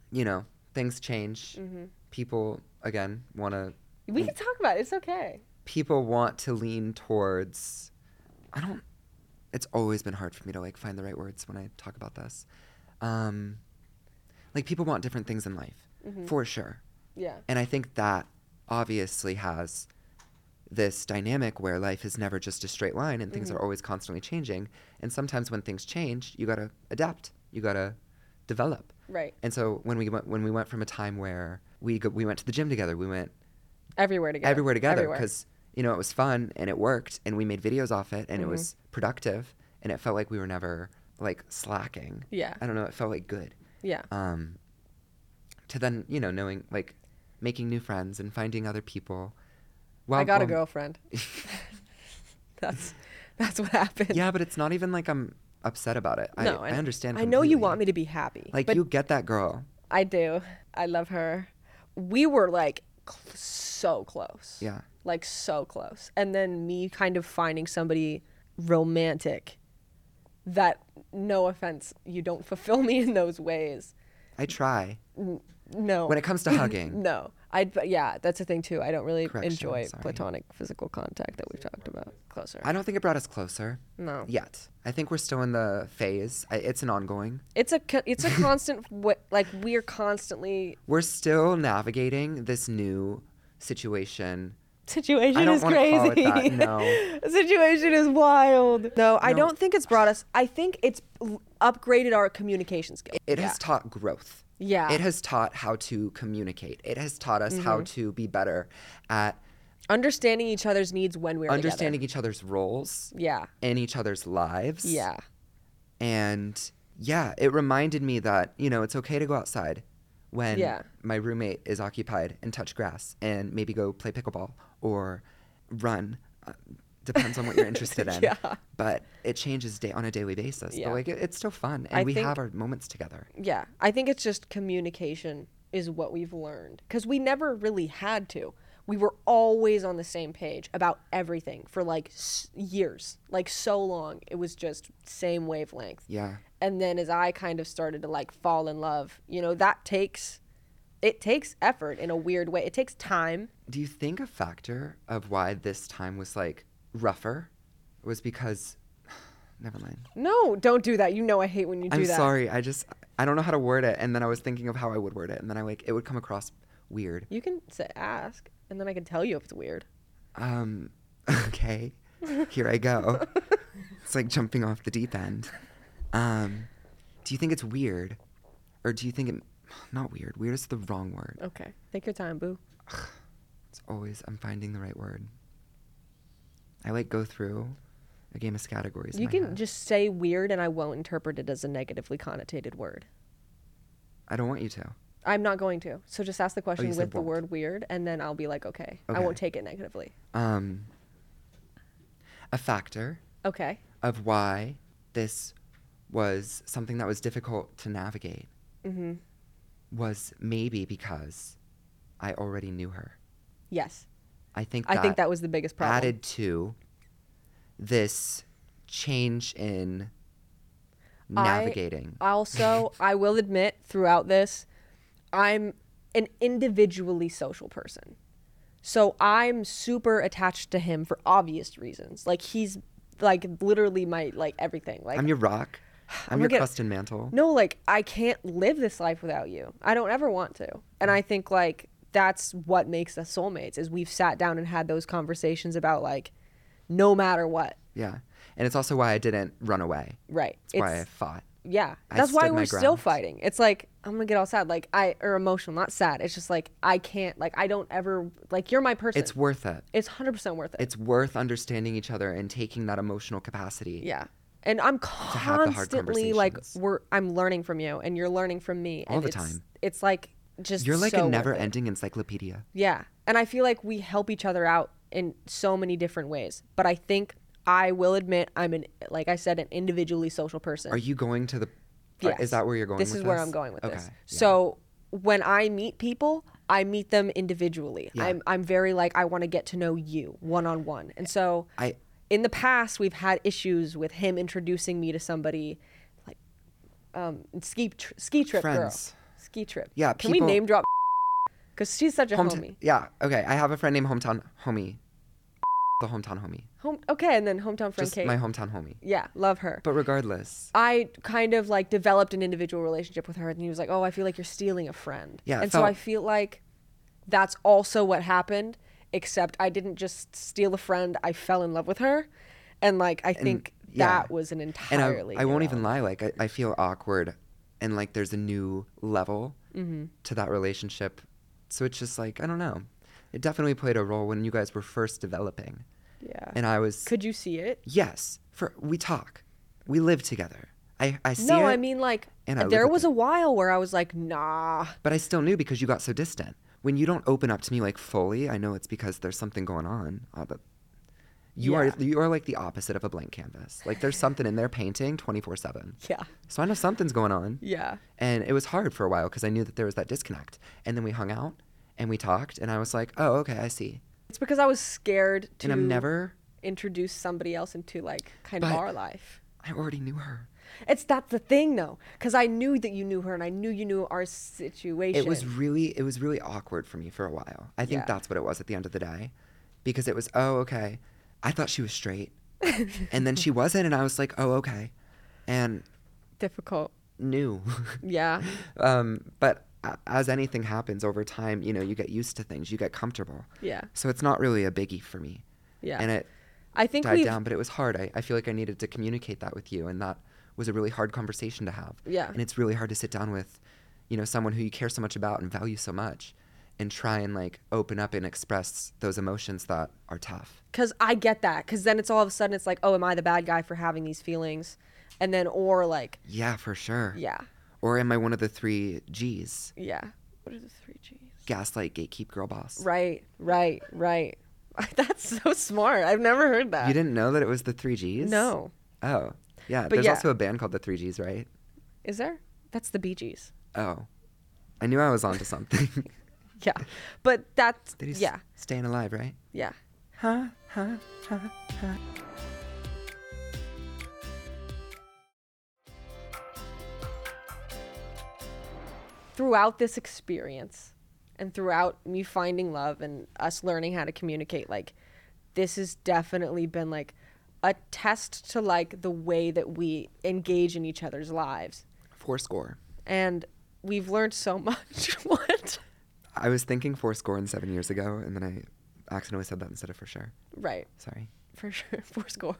[SPEAKER 2] you know, things change.
[SPEAKER 1] Mm-hmm.
[SPEAKER 2] People again want to
[SPEAKER 1] We can talk about it. It's okay.
[SPEAKER 2] people want to lean towards I don't it's always been hard for me to like find the right words when I talk about this. Um like people want different things in life, for sure.
[SPEAKER 1] Mm-hmm. Yeah.
[SPEAKER 2] And I think that obviously has this dynamic where life is never just a straight line and things are always constantly changing. And sometimes when things change, you gotta adapt, you gotta develop.
[SPEAKER 1] Right.
[SPEAKER 2] And so when we went, when we went from a time where we go, we went to the gym together, we went
[SPEAKER 1] Everywhere together.
[SPEAKER 2] everywhere together
[SPEAKER 1] Everywhere.
[SPEAKER 2] because you know it was fun and it worked and we made videos off it and it was
[SPEAKER 1] Mm-hmm.
[SPEAKER 2] productive and it felt like we were never like slacking.
[SPEAKER 1] Yeah.
[SPEAKER 2] I don't know. It felt like good
[SPEAKER 1] Yeah.
[SPEAKER 2] um, to then you know knowing like making new friends and finding other people. Well,
[SPEAKER 1] I got a
[SPEAKER 2] well,
[SPEAKER 1] girlfriend. that's that's what happened.
[SPEAKER 2] Yeah, but it's not even like I'm upset about it.
[SPEAKER 1] No,
[SPEAKER 2] I, I
[SPEAKER 1] know.
[SPEAKER 2] understand.
[SPEAKER 1] I know you
[SPEAKER 2] completely.
[SPEAKER 1] want me to be happy.
[SPEAKER 2] Like
[SPEAKER 1] but
[SPEAKER 2] you get that girl.
[SPEAKER 1] I do. I love her. We were like cl- so close.
[SPEAKER 2] Yeah.
[SPEAKER 1] Like so close. And then me kind of finding somebody romantic that, no offense, you don't fulfill me in those ways.
[SPEAKER 2] I try.
[SPEAKER 1] No.
[SPEAKER 2] When it comes to hugging,
[SPEAKER 1] no. I but yeah, that's the thing too. I don't really
[SPEAKER 2] Correction,
[SPEAKER 1] enjoy
[SPEAKER 2] sorry.
[SPEAKER 1] platonic physical contact that we've talked about closer.
[SPEAKER 2] I don't think it brought us closer
[SPEAKER 1] no.
[SPEAKER 2] yet. I think we're still in the phase. I, it's an ongoing.
[SPEAKER 1] It's a co- it's a constant wa- like we're constantly
[SPEAKER 2] We're still navigating this new situation.
[SPEAKER 1] situation
[SPEAKER 2] I don't
[SPEAKER 1] is
[SPEAKER 2] wanna
[SPEAKER 1] crazy.
[SPEAKER 2] call it that, no.
[SPEAKER 1] The situation is wild. No, I
[SPEAKER 2] No.
[SPEAKER 1] don't think it's brought us. I think it's l- upgraded our communication skills.
[SPEAKER 2] It has taught growth.
[SPEAKER 1] Yeah. Mm-hmm.
[SPEAKER 2] It has taught how to communicate. It has taught us how to be better at
[SPEAKER 1] understanding each other's needs when we're
[SPEAKER 2] understanding each other's roles
[SPEAKER 1] Together.
[SPEAKER 2] in each other's lives.
[SPEAKER 1] Yeah, yeah,
[SPEAKER 2] And yeah, it reminded me that, you know, it's okay to go outside when
[SPEAKER 1] Yeah.
[SPEAKER 2] my roommate is occupied and touch grass and maybe go play pickleball or run. Uh, depends on what you're interested in.
[SPEAKER 1] Yeah.
[SPEAKER 2] But it changes day on a daily basis.
[SPEAKER 1] Yeah.
[SPEAKER 2] But like it, it's still fun and
[SPEAKER 1] I
[SPEAKER 2] we
[SPEAKER 1] think-
[SPEAKER 2] have our moments together.
[SPEAKER 1] yeah. I think it's just communication is what we've learned because we never really had to. We were always on the same page about everything for like s- years, like so long. It was just same wavelength.
[SPEAKER 2] Yeah.
[SPEAKER 1] and then as I kind of started to like fall in love, you know, that takes it takes effort in a weird way. It takes time.
[SPEAKER 2] Do you think a factor of why this time was like rougher was because never mind.
[SPEAKER 1] No, don't do that. You know I hate when you do
[SPEAKER 2] I'm
[SPEAKER 1] that.
[SPEAKER 2] sorry. I just I don't know how to word it and then I was thinking of how I would word it and then I like it would come across weird.
[SPEAKER 1] You can say, ask, and then I can tell you if it's weird.
[SPEAKER 2] Um okay. Here I go. it's like jumping off the deep end. Um do you think it's weird or do you think it not weird. Weird is the wrong word.
[SPEAKER 1] Okay. Take your time, boo.
[SPEAKER 2] It's always I'm finding the right word. I like go through a game of categories. in
[SPEAKER 1] you
[SPEAKER 2] my
[SPEAKER 1] can
[SPEAKER 2] head.
[SPEAKER 1] just say weird, and I won't interpret it as a negatively connotated word.
[SPEAKER 2] I don't want you to.
[SPEAKER 1] I'm not going to. So just ask the question
[SPEAKER 2] Oh, you
[SPEAKER 1] with
[SPEAKER 2] said
[SPEAKER 1] the
[SPEAKER 2] won't.
[SPEAKER 1] word weird, and then I'll be like, okay. I
[SPEAKER 2] Okay.
[SPEAKER 1] won't take it negatively.
[SPEAKER 2] Um, a factor
[SPEAKER 1] Okay.
[SPEAKER 2] of why this was something that was difficult to navigate
[SPEAKER 1] Mhm.
[SPEAKER 2] was maybe because I already knew her.
[SPEAKER 1] Yes.
[SPEAKER 2] I think
[SPEAKER 1] I think that was the biggest problem.
[SPEAKER 2] added to this change in
[SPEAKER 1] I-
[SPEAKER 2] navigating.
[SPEAKER 1] also, I will admit throughout this, I'm an individually social person. So I'm super attached to him for obvious reasons. Like he's like literally my like everything. Like
[SPEAKER 2] I'm your rock. I'm,
[SPEAKER 1] I'm
[SPEAKER 2] your
[SPEAKER 1] gonna-
[SPEAKER 2] crust and mantle.
[SPEAKER 1] no, like I can't live this life without you. I don't ever want to. And I think like that's what makes us soulmates is we've sat down and had those conversations about like no matter what.
[SPEAKER 2] Yeah. And it's also why I didn't run away.
[SPEAKER 1] Right.
[SPEAKER 2] It's, why I fought.
[SPEAKER 1] Yeah,
[SPEAKER 2] I
[SPEAKER 1] that's why
[SPEAKER 2] stood my
[SPEAKER 1] we're still
[SPEAKER 2] ground.
[SPEAKER 1] fighting. It's like I'm gonna get all sad, like I or emotional, not sad. It's just like I can't, like I don't ever, like you're my person.
[SPEAKER 2] It's worth it.
[SPEAKER 1] it's hundred percent worth it.
[SPEAKER 2] It's worth understanding each other and taking that emotional capacity.
[SPEAKER 1] yeah, and I'm
[SPEAKER 2] have the hard
[SPEAKER 1] constantly like
[SPEAKER 2] conversations.
[SPEAKER 1] we're I'm learning from you, and you're learning from me
[SPEAKER 2] All
[SPEAKER 1] and
[SPEAKER 2] the
[SPEAKER 1] it's,
[SPEAKER 2] time.
[SPEAKER 1] It's like just
[SPEAKER 2] You're like
[SPEAKER 1] so
[SPEAKER 2] a
[SPEAKER 1] worth
[SPEAKER 2] never
[SPEAKER 1] it.
[SPEAKER 2] ending encyclopedia.
[SPEAKER 1] Yeah. And I feel like we help each other out in so many different ways. But I think I will admit I'm an like I said, an individually social person.
[SPEAKER 2] Are you going to the. are-
[SPEAKER 1] Yes.
[SPEAKER 2] Is that where you're going
[SPEAKER 1] This
[SPEAKER 2] with
[SPEAKER 1] is where
[SPEAKER 2] this?
[SPEAKER 1] I'm going with
[SPEAKER 2] okay.
[SPEAKER 1] this.
[SPEAKER 2] yeah.
[SPEAKER 1] So when I meet people, I meet them individually.
[SPEAKER 2] Yeah.
[SPEAKER 1] I'm I'm very like I want to get to know you one on one. And so
[SPEAKER 2] I-
[SPEAKER 1] in the past we've had issues with him introducing me to somebody like um ski tr- ski trip
[SPEAKER 2] Friends.
[SPEAKER 1] girl. Ski trip.
[SPEAKER 2] Yeah,
[SPEAKER 1] Can
[SPEAKER 2] people-
[SPEAKER 1] we name drop cuz she's such a
[SPEAKER 2] Hometown-
[SPEAKER 1] homie.
[SPEAKER 2] Yeah. Okay. I have a friend named Hometown Homie. The hometown homie.
[SPEAKER 1] Home okay, and then hometown friend
[SPEAKER 2] Just
[SPEAKER 1] Kate.
[SPEAKER 2] my hometown homie.
[SPEAKER 1] yeah, love her.
[SPEAKER 2] But regardless,
[SPEAKER 1] I kind of like developed an individual relationship with her, and he was like, "Oh, I feel like you're stealing a friend."
[SPEAKER 2] Yeah, it
[SPEAKER 1] and so I
[SPEAKER 2] felt-
[SPEAKER 1] feel like that's also what happened, except I didn't just steal a friend; I fell in love with her, and like I think
[SPEAKER 2] yeah.
[SPEAKER 1] that was an
[SPEAKER 2] and I,
[SPEAKER 1] entirely.
[SPEAKER 2] I
[SPEAKER 1] new
[SPEAKER 2] won't even
[SPEAKER 1] element.
[SPEAKER 2] lie, like, I, I feel awkward and like there's a new level to that relationship. So it's just like, I don't know. It definitely played a role when you guys were first developing.
[SPEAKER 1] Mm-hmm. Yeah.
[SPEAKER 2] And I was.
[SPEAKER 1] Could you see it?
[SPEAKER 2] Yes, for we talk, we live together. I I see
[SPEAKER 1] no,
[SPEAKER 2] it,
[SPEAKER 1] I mean like
[SPEAKER 2] and I look
[SPEAKER 1] there
[SPEAKER 2] at
[SPEAKER 1] was
[SPEAKER 2] it.
[SPEAKER 1] a while where I was like, "Nah."
[SPEAKER 2] but I still knew because you got so distant. When you don't open up to me like fully, I know it's because there's something going on. Uh, but you
[SPEAKER 1] Yeah.
[SPEAKER 2] are you are like the opposite of a blank canvas. Like there's something in there painting twenty four seven.
[SPEAKER 1] Yeah.
[SPEAKER 2] So I know something's going on.
[SPEAKER 1] Yeah.
[SPEAKER 2] And it was hard for a while because I knew that there was that disconnect. And then we hung out and we talked, and I was like, oh okay, I see.
[SPEAKER 1] It's because I was scared to
[SPEAKER 2] And I'm never.
[SPEAKER 1] introduce somebody else into like kind of
[SPEAKER 2] But-
[SPEAKER 1] our life.
[SPEAKER 2] I already knew her.
[SPEAKER 1] It's that's the thing though, because I knew that you knew her, and I knew you knew our situation.
[SPEAKER 2] It was really it was really awkward for me for a while. I think
[SPEAKER 1] Yeah.
[SPEAKER 2] that's what it was at the end of the day. Because it was, oh, okay. I thought she was straight. and then she wasn't and I was like, "Oh, okay." And
[SPEAKER 1] difficult.
[SPEAKER 2] new.
[SPEAKER 1] Yeah,
[SPEAKER 2] um, but a- as anything happens over time, you know, you get used to things, you get comfortable.
[SPEAKER 1] yeah,
[SPEAKER 2] So it's not really a biggie for me.
[SPEAKER 1] yeah.
[SPEAKER 2] And it
[SPEAKER 1] I think
[SPEAKER 2] died
[SPEAKER 1] we.
[SPEAKER 2] down, but it was hard. I, I feel like I needed to communicate that with you, and that was a really hard conversation to have.
[SPEAKER 1] Yeah.
[SPEAKER 2] And it's really hard to sit down with, you know, someone who you care so much about and value so much, and try and like open up and express those emotions that are tough.
[SPEAKER 1] because I get that. Because then it's all of a sudden it's like, oh, am I the bad guy for having these feelings? And then or like,
[SPEAKER 2] Yeah, for sure.
[SPEAKER 1] yeah,
[SPEAKER 2] Or am I one of the three G's?
[SPEAKER 1] yeah. What are the three G's?
[SPEAKER 2] Gaslight, gatekeep, girl boss.
[SPEAKER 1] Right, right, right. That's so smart. I've never heard that.
[SPEAKER 2] You didn't know that it was the three G's?
[SPEAKER 1] No,
[SPEAKER 2] Oh, yeah. There's
[SPEAKER 1] yeah.
[SPEAKER 2] also a band called the Three G's, right?
[SPEAKER 1] is there? That's the Bee Gees.
[SPEAKER 2] Oh, I knew I was onto something.
[SPEAKER 1] Yeah, but that's
[SPEAKER 2] That is
[SPEAKER 1] yeah,
[SPEAKER 2] Staying alive, right?
[SPEAKER 1] yeah.
[SPEAKER 2] Huh? Huh?
[SPEAKER 1] Throughout this experience, and throughout me finding love and us learning how to communicate like this has definitely been like a test to like the way that we engage in each other's lives
[SPEAKER 2] Four score.
[SPEAKER 1] and we've learned so much what
[SPEAKER 2] I was thinking four score and seven years ago, and then I accidentally said that instead of for sure.
[SPEAKER 1] right
[SPEAKER 2] Sorry.
[SPEAKER 1] for sure for score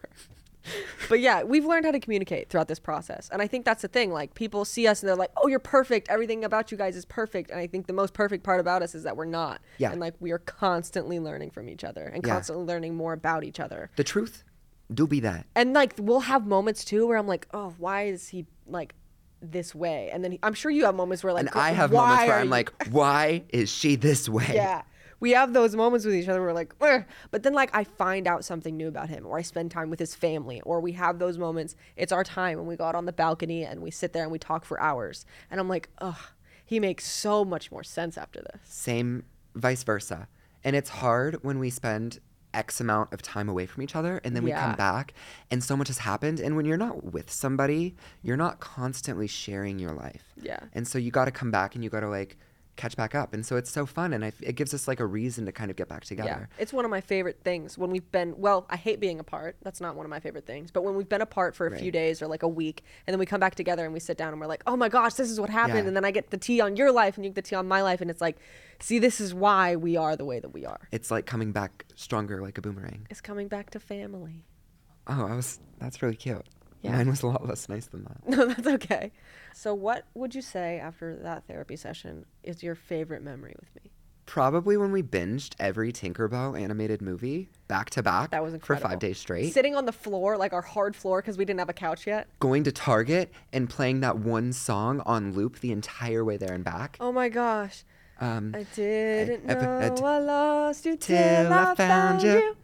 [SPEAKER 1] but yeah we've learned how to communicate throughout this process and i think that's the thing like people see us and they're like oh you're perfect everything about you guys is perfect and i think the most perfect part about us is that we're not
[SPEAKER 2] Yeah.
[SPEAKER 1] and like we are constantly learning from each other and
[SPEAKER 2] Yeah.
[SPEAKER 1] constantly learning more about each other
[SPEAKER 2] The truth, do be that.
[SPEAKER 1] and like we'll have moments too where i'm like oh why is he like this way and then i'm sure you have moments where like
[SPEAKER 2] And I have
[SPEAKER 1] why
[SPEAKER 2] moments where
[SPEAKER 1] are
[SPEAKER 2] I'm
[SPEAKER 1] you-
[SPEAKER 2] like, why is she this way?
[SPEAKER 1] yeah we have those moments with each other where we're like "Ugh." but then like i find out something new about him or i spend time with his family or we have those moments it's our time and we go out on the balcony and we sit there and we talk for hours and i'm like ugh he makes so much more sense after this
[SPEAKER 2] Same vice versa. And it's hard when we spend X amount of time away from each other and then we
[SPEAKER 1] Yeah.
[SPEAKER 2] come back and so much has happened. And when you're not with somebody, you're not constantly sharing your life.
[SPEAKER 1] Yeah.
[SPEAKER 2] And so you got to come back and you got to like catch back up. And so it's so fun. And I, it gives us like a reason to kind of get back together.
[SPEAKER 1] Yeah, it's one of my favorite things when we've been. Well, I hate being apart. That's not one of my favorite things. But when we've been apart for a few
[SPEAKER 2] Right.
[SPEAKER 1] days or like a week, and then we come back together and we sit down and we're like, "Oh my gosh, this is what happened,"
[SPEAKER 2] Yeah.
[SPEAKER 1] and then I get the tea on your life and you get the tea on my life, and it's like, "See, this is why we are the way that we are."
[SPEAKER 2] It's like coming back stronger like a boomerang.
[SPEAKER 1] It's coming back to family.
[SPEAKER 2] Oh, I was, that's really cute.
[SPEAKER 1] Yeah.
[SPEAKER 2] Mine was a lot less nice than that.
[SPEAKER 1] No, that's okay. So, what would you say after that therapy session is your favorite memory with me?
[SPEAKER 2] Probably when we binged every Tinkerbell animated movie back to back
[SPEAKER 1] That was incredible.
[SPEAKER 2] for five days straight.
[SPEAKER 1] Sitting on the floor, like our hard floor, because we didn't have a couch yet.
[SPEAKER 2] going to Target and playing that one song on loop the entire way there and back.
[SPEAKER 1] Oh my gosh.
[SPEAKER 2] Um,
[SPEAKER 1] I didn't
[SPEAKER 2] I- I- I
[SPEAKER 1] know
[SPEAKER 2] d-
[SPEAKER 1] I lost you till I found you.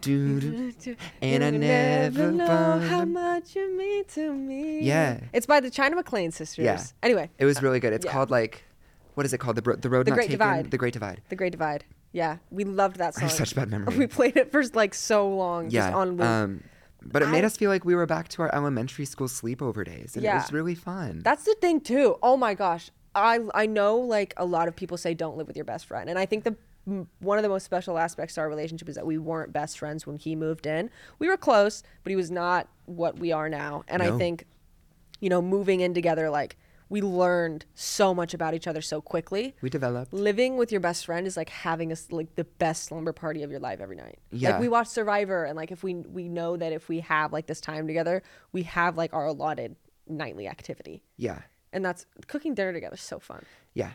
[SPEAKER 2] doo doo. And I never
[SPEAKER 1] know
[SPEAKER 2] found
[SPEAKER 1] how
[SPEAKER 2] him.
[SPEAKER 1] much you mean to me.
[SPEAKER 2] Yeah.
[SPEAKER 1] It's by the China McLean sisters.
[SPEAKER 2] Yeah.
[SPEAKER 1] Anyway,
[SPEAKER 2] It was really good. It's
[SPEAKER 1] Yeah.
[SPEAKER 2] called like, what is it called? The, bro- the road
[SPEAKER 1] The
[SPEAKER 2] not
[SPEAKER 1] Great
[SPEAKER 2] taken.
[SPEAKER 1] Divide.
[SPEAKER 2] The Great Divide.
[SPEAKER 1] The Great Divide. Yeah, we loved that song.
[SPEAKER 2] I have such bad memory.
[SPEAKER 1] We played it for like so long.
[SPEAKER 2] yeah.
[SPEAKER 1] Just on loop.
[SPEAKER 2] um, but it made
[SPEAKER 1] I-
[SPEAKER 2] us feel like we were back to our elementary school sleepover days, and
[SPEAKER 1] Yeah.
[SPEAKER 2] it was really fun.
[SPEAKER 1] That's the thing too. Oh my gosh. I I know like a lot of people say don't live with your best friend, and I think the m- one of the most special aspects to our relationship is that we weren't best friends when he moved in. We were close, but he was not what we are now. And I
[SPEAKER 2] No.
[SPEAKER 1] think, you know, moving in together, like we learned so much about each other so quickly.
[SPEAKER 2] we developed.
[SPEAKER 1] Living with your best friend is like having a, s- like the best slumber party of your life every night. Like
[SPEAKER 2] Yeah.
[SPEAKER 1] we watch Survivor, and like if we we know that if we have like this time together, we have like our allotted nightly activity
[SPEAKER 2] Yeah.
[SPEAKER 1] and that's cooking dinner together is so fun
[SPEAKER 2] Yeah.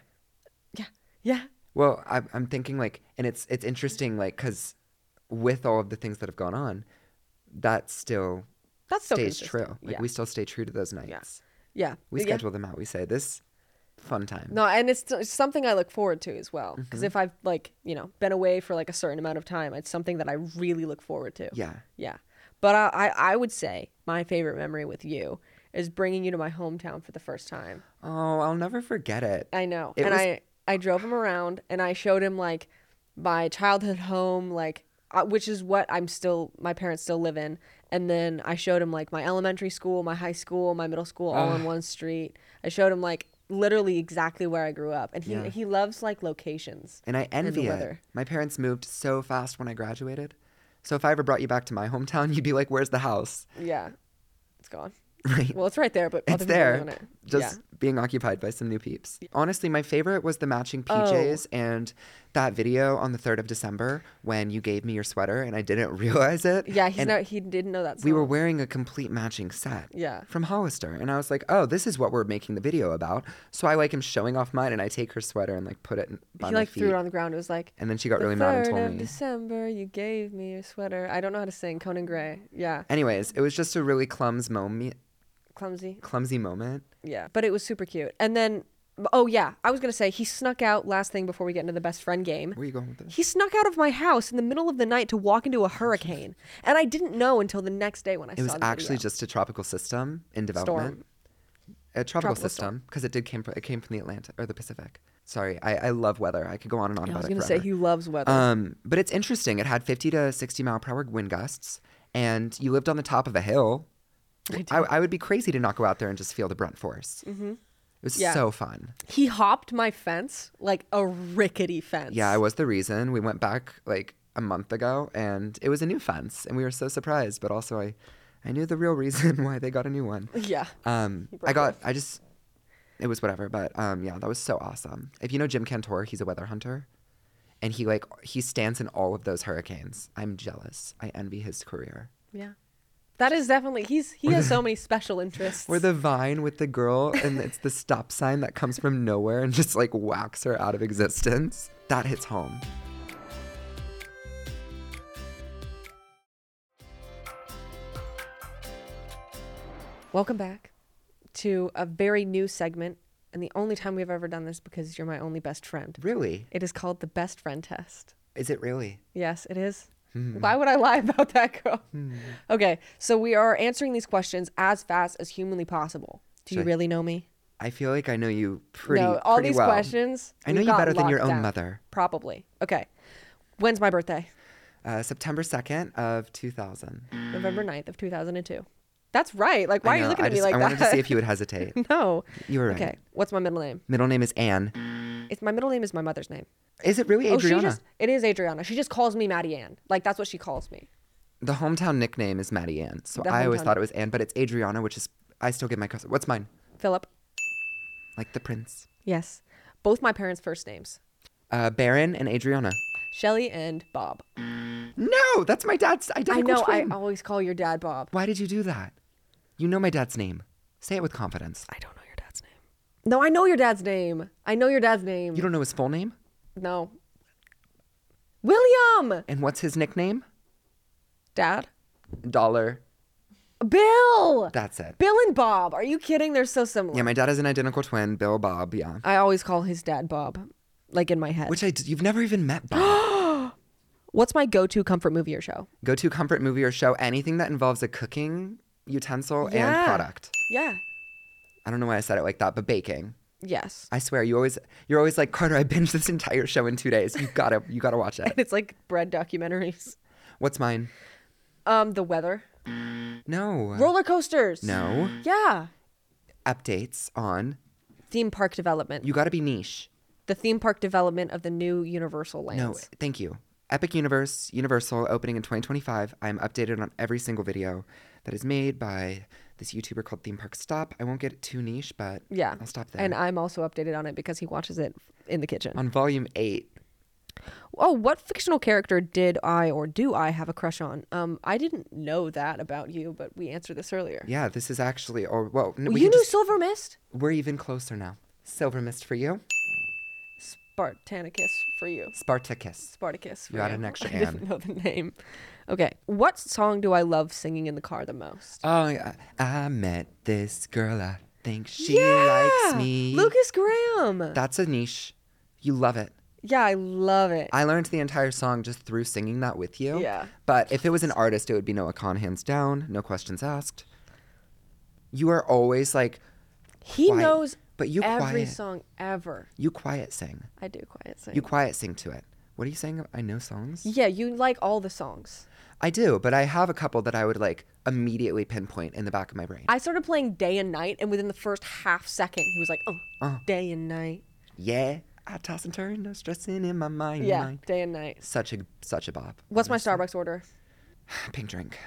[SPEAKER 1] yeah yeah
[SPEAKER 2] Well, I'm, I'm thinking like, and it's it's interesting like because with all of the things that have gone on, that still
[SPEAKER 1] That's so
[SPEAKER 2] stays
[SPEAKER 1] consistent.
[SPEAKER 2] true. Like
[SPEAKER 1] Yeah.
[SPEAKER 2] we still stay true to those nights.
[SPEAKER 1] yeah
[SPEAKER 2] We
[SPEAKER 1] Yeah.
[SPEAKER 2] schedule them out. We say this fun time.
[SPEAKER 1] no and it's, it's something i look forward to as well because
[SPEAKER 2] Mm-hmm.
[SPEAKER 1] if i've like you know been away for like a certain amount of time it's something that i really look forward to
[SPEAKER 2] Yeah.
[SPEAKER 1] yeah but i i, I would say my favorite memory with you is bringing you to my hometown for the first time
[SPEAKER 2] Oh, I'll never forget it.
[SPEAKER 1] I know.
[SPEAKER 2] It
[SPEAKER 1] and
[SPEAKER 2] was-
[SPEAKER 1] I I drove him around and I showed him like my childhood home like uh, which is what I'm still my parents still live in and then I showed him like my elementary school, my high school, my middle school all on one street. I showed him like literally exactly where I grew up and he
[SPEAKER 2] Yeah.
[SPEAKER 1] he loves like locations.
[SPEAKER 2] and I envy it.
[SPEAKER 1] weather.
[SPEAKER 2] My parents moved so fast when I graduated. So if I ever brought you back to my hometown, you'd be like, "Where's the house?"
[SPEAKER 1] Yeah. It's gone.
[SPEAKER 2] Right.
[SPEAKER 1] Well, it's right there, but
[SPEAKER 2] it's
[SPEAKER 1] other people
[SPEAKER 2] there,
[SPEAKER 1] own it.
[SPEAKER 2] just being occupied by some new peeps. Honestly, my favorite was the matching
[SPEAKER 1] Oh.
[SPEAKER 2] PJs and that video on the third of December when you gave me your sweater and I didn't realize it.
[SPEAKER 1] yeah. Yeah, he's
[SPEAKER 2] and
[SPEAKER 1] not he didn't know that song.
[SPEAKER 2] we were wearing a complete matching set.
[SPEAKER 1] Yeah.
[SPEAKER 2] From Hollister. And I was like, oh, this is what we're making the video about. So I like am showing off mine and I take her sweater and like put it in- by
[SPEAKER 1] he
[SPEAKER 2] my
[SPEAKER 1] like
[SPEAKER 2] feet.
[SPEAKER 1] threw it on the ground. It was like
[SPEAKER 2] and then she got
[SPEAKER 1] The
[SPEAKER 2] really mad and
[SPEAKER 1] third
[SPEAKER 2] told
[SPEAKER 1] of
[SPEAKER 2] me.
[SPEAKER 1] December, you gave me your sweater. I don't know how to sing. Conan Gray. Yeah,
[SPEAKER 2] Anyways, it was just a really clums moment,
[SPEAKER 1] clumsy.
[SPEAKER 2] clumsy moment.
[SPEAKER 1] Yeah, but it was super cute. And then, oh yeah, I was gonna say he snuck out. Last thing before we get into the best friend game.
[SPEAKER 2] Where are you going with this?
[SPEAKER 1] He snuck out of my house in the middle of the night to walk into a hurricane, and I didn't know until the next day when I
[SPEAKER 2] It
[SPEAKER 1] saw
[SPEAKER 2] was
[SPEAKER 1] the
[SPEAKER 2] actually
[SPEAKER 1] video.
[SPEAKER 2] just a tropical system in development.
[SPEAKER 1] Storm.
[SPEAKER 2] A tropical,
[SPEAKER 1] Tropical storm.
[SPEAKER 2] system because it did came from, it came from the Atlantic or the Pacific. Sorry, I, I love weather. I could go on and on
[SPEAKER 1] Yeah, I
[SPEAKER 2] about
[SPEAKER 1] was
[SPEAKER 2] it
[SPEAKER 1] gonna say
[SPEAKER 2] forever.
[SPEAKER 1] he loves weather.
[SPEAKER 2] Um, but it's interesting. It had 50 to 60 mile per hour wind gusts, and you lived on the top of a hill. I, I would be crazy to not go out there and just feel the brunt force. was
[SPEAKER 1] Mm-hmm. Yeah.
[SPEAKER 2] so fun.
[SPEAKER 1] He hopped my fence like a rickety fence.
[SPEAKER 2] Yeah, I was the reason. We went back like a month ago and it was a new fence and we were so surprised, but also I I knew the real reason why they got a new one.
[SPEAKER 1] yeah.
[SPEAKER 2] Um
[SPEAKER 1] broke
[SPEAKER 2] I got I just it was whatever, but um yeah, that was so awesome. If you know Jim Cantor, he's a weather hunter and he like he stands in all of those hurricanes. I'm jealous. I envy his career.
[SPEAKER 1] Yeah. That is definitely he's he has so many special interests.
[SPEAKER 2] Or the vine with the girl and it's the stop sign that comes from nowhere and just like whacks her out of existence. That hits home.
[SPEAKER 1] Welcome back to a very new segment and the only time we've ever done this because you're my only best friend.
[SPEAKER 2] Really?
[SPEAKER 1] It is called the best friend test.
[SPEAKER 2] Is it really?
[SPEAKER 1] Yes, it is.
[SPEAKER 2] Hmm.
[SPEAKER 1] Why would I lie about that girl? Okay, so we are answering these questions as fast as humanly possible. Do you
[SPEAKER 2] Sure.
[SPEAKER 1] really know me?
[SPEAKER 2] I feel like I know you pretty
[SPEAKER 1] no, all
[SPEAKER 2] pretty
[SPEAKER 1] these
[SPEAKER 2] well.
[SPEAKER 1] questions.
[SPEAKER 2] I know
[SPEAKER 1] we've
[SPEAKER 2] you
[SPEAKER 1] got
[SPEAKER 2] better than your
[SPEAKER 1] locked
[SPEAKER 2] own
[SPEAKER 1] down.
[SPEAKER 2] mother.
[SPEAKER 1] Probably. Okay. When's my birthday?
[SPEAKER 2] Uh, September 2nd of 2000.
[SPEAKER 1] November 9th of 2002. That's right. Like, why
[SPEAKER 2] I
[SPEAKER 1] are you
[SPEAKER 2] know,
[SPEAKER 1] looking
[SPEAKER 2] I
[SPEAKER 1] at
[SPEAKER 2] just,
[SPEAKER 1] me like
[SPEAKER 2] I
[SPEAKER 1] that?
[SPEAKER 2] wanted to see if you would hesitate.
[SPEAKER 1] no.
[SPEAKER 2] You were right.
[SPEAKER 1] Okay. What's my middle name?
[SPEAKER 2] Middle name is Anne.
[SPEAKER 1] It's my middle name is my mother's name.
[SPEAKER 2] Is it really
[SPEAKER 1] Oh,
[SPEAKER 2] Adriana?
[SPEAKER 1] she just it is Adriana. She just calls me Maddie Ann. Like that's what she calls me.
[SPEAKER 2] The hometown nickname is Maddie Ann. So
[SPEAKER 1] The
[SPEAKER 2] I always
[SPEAKER 1] hometown-
[SPEAKER 2] thought it was Anne, but it's Adriana, which is, I still get my cousin. What's mine?
[SPEAKER 1] Philip.
[SPEAKER 2] Like the prince.
[SPEAKER 1] Yes. Both my parents' first names.
[SPEAKER 2] Uh, Baron and Adriana.
[SPEAKER 1] Shelly and Bob.
[SPEAKER 2] No, that's my dad's
[SPEAKER 1] I
[SPEAKER 2] identical
[SPEAKER 1] know I
[SPEAKER 2] twin.
[SPEAKER 1] always call your dad Bob.
[SPEAKER 2] Why did you do that? You know my dad's name. Say it with confidence.
[SPEAKER 1] I don't know your dad's name. No, I know your dad's name. I know your dad's name.
[SPEAKER 2] You don't know his full name?
[SPEAKER 1] No. William.
[SPEAKER 2] And what's his nickname?
[SPEAKER 1] Dad.
[SPEAKER 2] Dollar.
[SPEAKER 1] Bill.
[SPEAKER 2] That's it.
[SPEAKER 1] Bill and Bob. Are you kidding? They're so similar.
[SPEAKER 2] Yeah, my dad is an identical twin, Bill Bob. Yeah.
[SPEAKER 1] I always call his dad Bob, like in my head.
[SPEAKER 2] Which I d- you've never even met Bob.
[SPEAKER 1] What's my go-to comfort movie or show?
[SPEAKER 2] Go to comfort movie or show anything that involves a cooking utensil
[SPEAKER 1] Yeah.
[SPEAKER 2] and product.
[SPEAKER 1] Yeah.
[SPEAKER 2] I don't know why I said it like that, but baking.
[SPEAKER 1] Yes.
[SPEAKER 2] I swear you always you're always like Carter. I binged this entire show in two days. You gotta you gotta watch it.
[SPEAKER 1] It's like bread documentaries.
[SPEAKER 2] What's mine?
[SPEAKER 1] Um, the weather.
[SPEAKER 2] No.
[SPEAKER 1] Roller coasters.
[SPEAKER 2] No
[SPEAKER 1] Yeah.
[SPEAKER 2] updates on.
[SPEAKER 1] Theme park development.
[SPEAKER 2] You gotta be niche.
[SPEAKER 1] the theme park development of the new Universal lands.
[SPEAKER 2] No, thank you. Epic Universe Universal opening in 2025. I am updated on every single video that is made by this YouTuber called Theme Park Stop. I won't get too niche, but
[SPEAKER 1] Yeah.
[SPEAKER 2] I'll stop there.
[SPEAKER 1] And I'm also updated on it because he watches it in the kitchen.
[SPEAKER 2] on volume eight,
[SPEAKER 1] oh, what fictional character did I or do I have a crush on? Um, I didn't know that about you, but we answered this earlier.
[SPEAKER 2] yeah, this is actually or well, no,
[SPEAKER 1] Well,
[SPEAKER 2] we
[SPEAKER 1] you
[SPEAKER 2] can
[SPEAKER 1] knew
[SPEAKER 2] just,
[SPEAKER 1] Silver Mist?
[SPEAKER 2] we're even closer now. Silver Mist for you,
[SPEAKER 1] Spartanicus for you.
[SPEAKER 2] Spartacus.
[SPEAKER 1] Spartacus. For
[SPEAKER 2] You had an extra
[SPEAKER 1] I didn't
[SPEAKER 2] Ann.
[SPEAKER 1] know the name. Okay. What song do I love singing in the car the most?
[SPEAKER 2] Oh, I, I met this girl. I think she likes me.
[SPEAKER 1] Lucas Graham.
[SPEAKER 2] That's a niche. You love it.
[SPEAKER 1] yeah, I love it.
[SPEAKER 2] I learned the entire song just through singing that with you.
[SPEAKER 1] Yeah.
[SPEAKER 2] But if it was an artist, it would be Noah Kahn, hands down, no questions asked. You are always like
[SPEAKER 1] he
[SPEAKER 2] quiet,
[SPEAKER 1] knows
[SPEAKER 2] but you
[SPEAKER 1] every
[SPEAKER 2] quiet.
[SPEAKER 1] song ever.
[SPEAKER 2] you quiet sing.
[SPEAKER 1] I do quiet sing.
[SPEAKER 2] You quiet sing to it. What are you saying? I know songs.
[SPEAKER 1] yeah, you like all the songs.
[SPEAKER 2] I do, but I have a couple that I would like immediately pinpoint in the back of my brain.
[SPEAKER 1] I started playing day and night, and within the first half second, he was like, "Oh,
[SPEAKER 2] Uh.
[SPEAKER 1] day and night."
[SPEAKER 2] yeah, I toss and turn, no stressing in my mind.
[SPEAKER 1] Yeah,
[SPEAKER 2] mind.
[SPEAKER 1] day and night.
[SPEAKER 2] Such a such a bop.
[SPEAKER 1] What's my Starbucks order?
[SPEAKER 2] pink drink?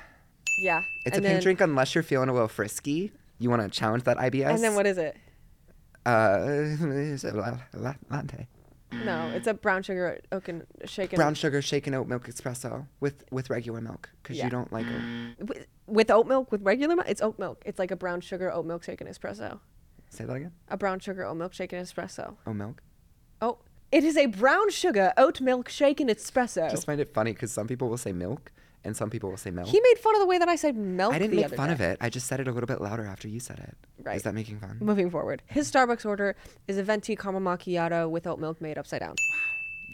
[SPEAKER 1] Yeah,
[SPEAKER 2] It's
[SPEAKER 1] and
[SPEAKER 2] a pink
[SPEAKER 1] then-
[SPEAKER 2] drink unless you're feeling a little frisky. You want to challenge that IBS?
[SPEAKER 1] And then what is it?
[SPEAKER 2] Uh, latte.
[SPEAKER 1] No, it's a brown sugar oak and shaken
[SPEAKER 2] Mm. brown sugar shaken oat milk espresso with with regular milk because
[SPEAKER 1] Yeah.
[SPEAKER 2] you don't like oat.
[SPEAKER 1] with, with oat milk with regular milk. It's oat milk. It's like a brown sugar oat milk shaken espresso.
[SPEAKER 2] Say that again.
[SPEAKER 1] A brown sugar oat milk shaken espresso.
[SPEAKER 2] Oat milk.
[SPEAKER 1] Oh, it is a brown sugar oat milk shaken espresso.
[SPEAKER 2] Just find it funny because some people will say milk and some people will say milk.
[SPEAKER 1] he made fun of the way that I said milk.
[SPEAKER 2] I didn't
[SPEAKER 1] the
[SPEAKER 2] make
[SPEAKER 1] other
[SPEAKER 2] fun
[SPEAKER 1] day.
[SPEAKER 2] of it. I just said it a little bit louder after you said it.
[SPEAKER 1] Right. Mm,
[SPEAKER 2] Is that making fun?
[SPEAKER 1] Moving forward, his Starbucks order is a venti caramel macchiato with oat milk made upside down.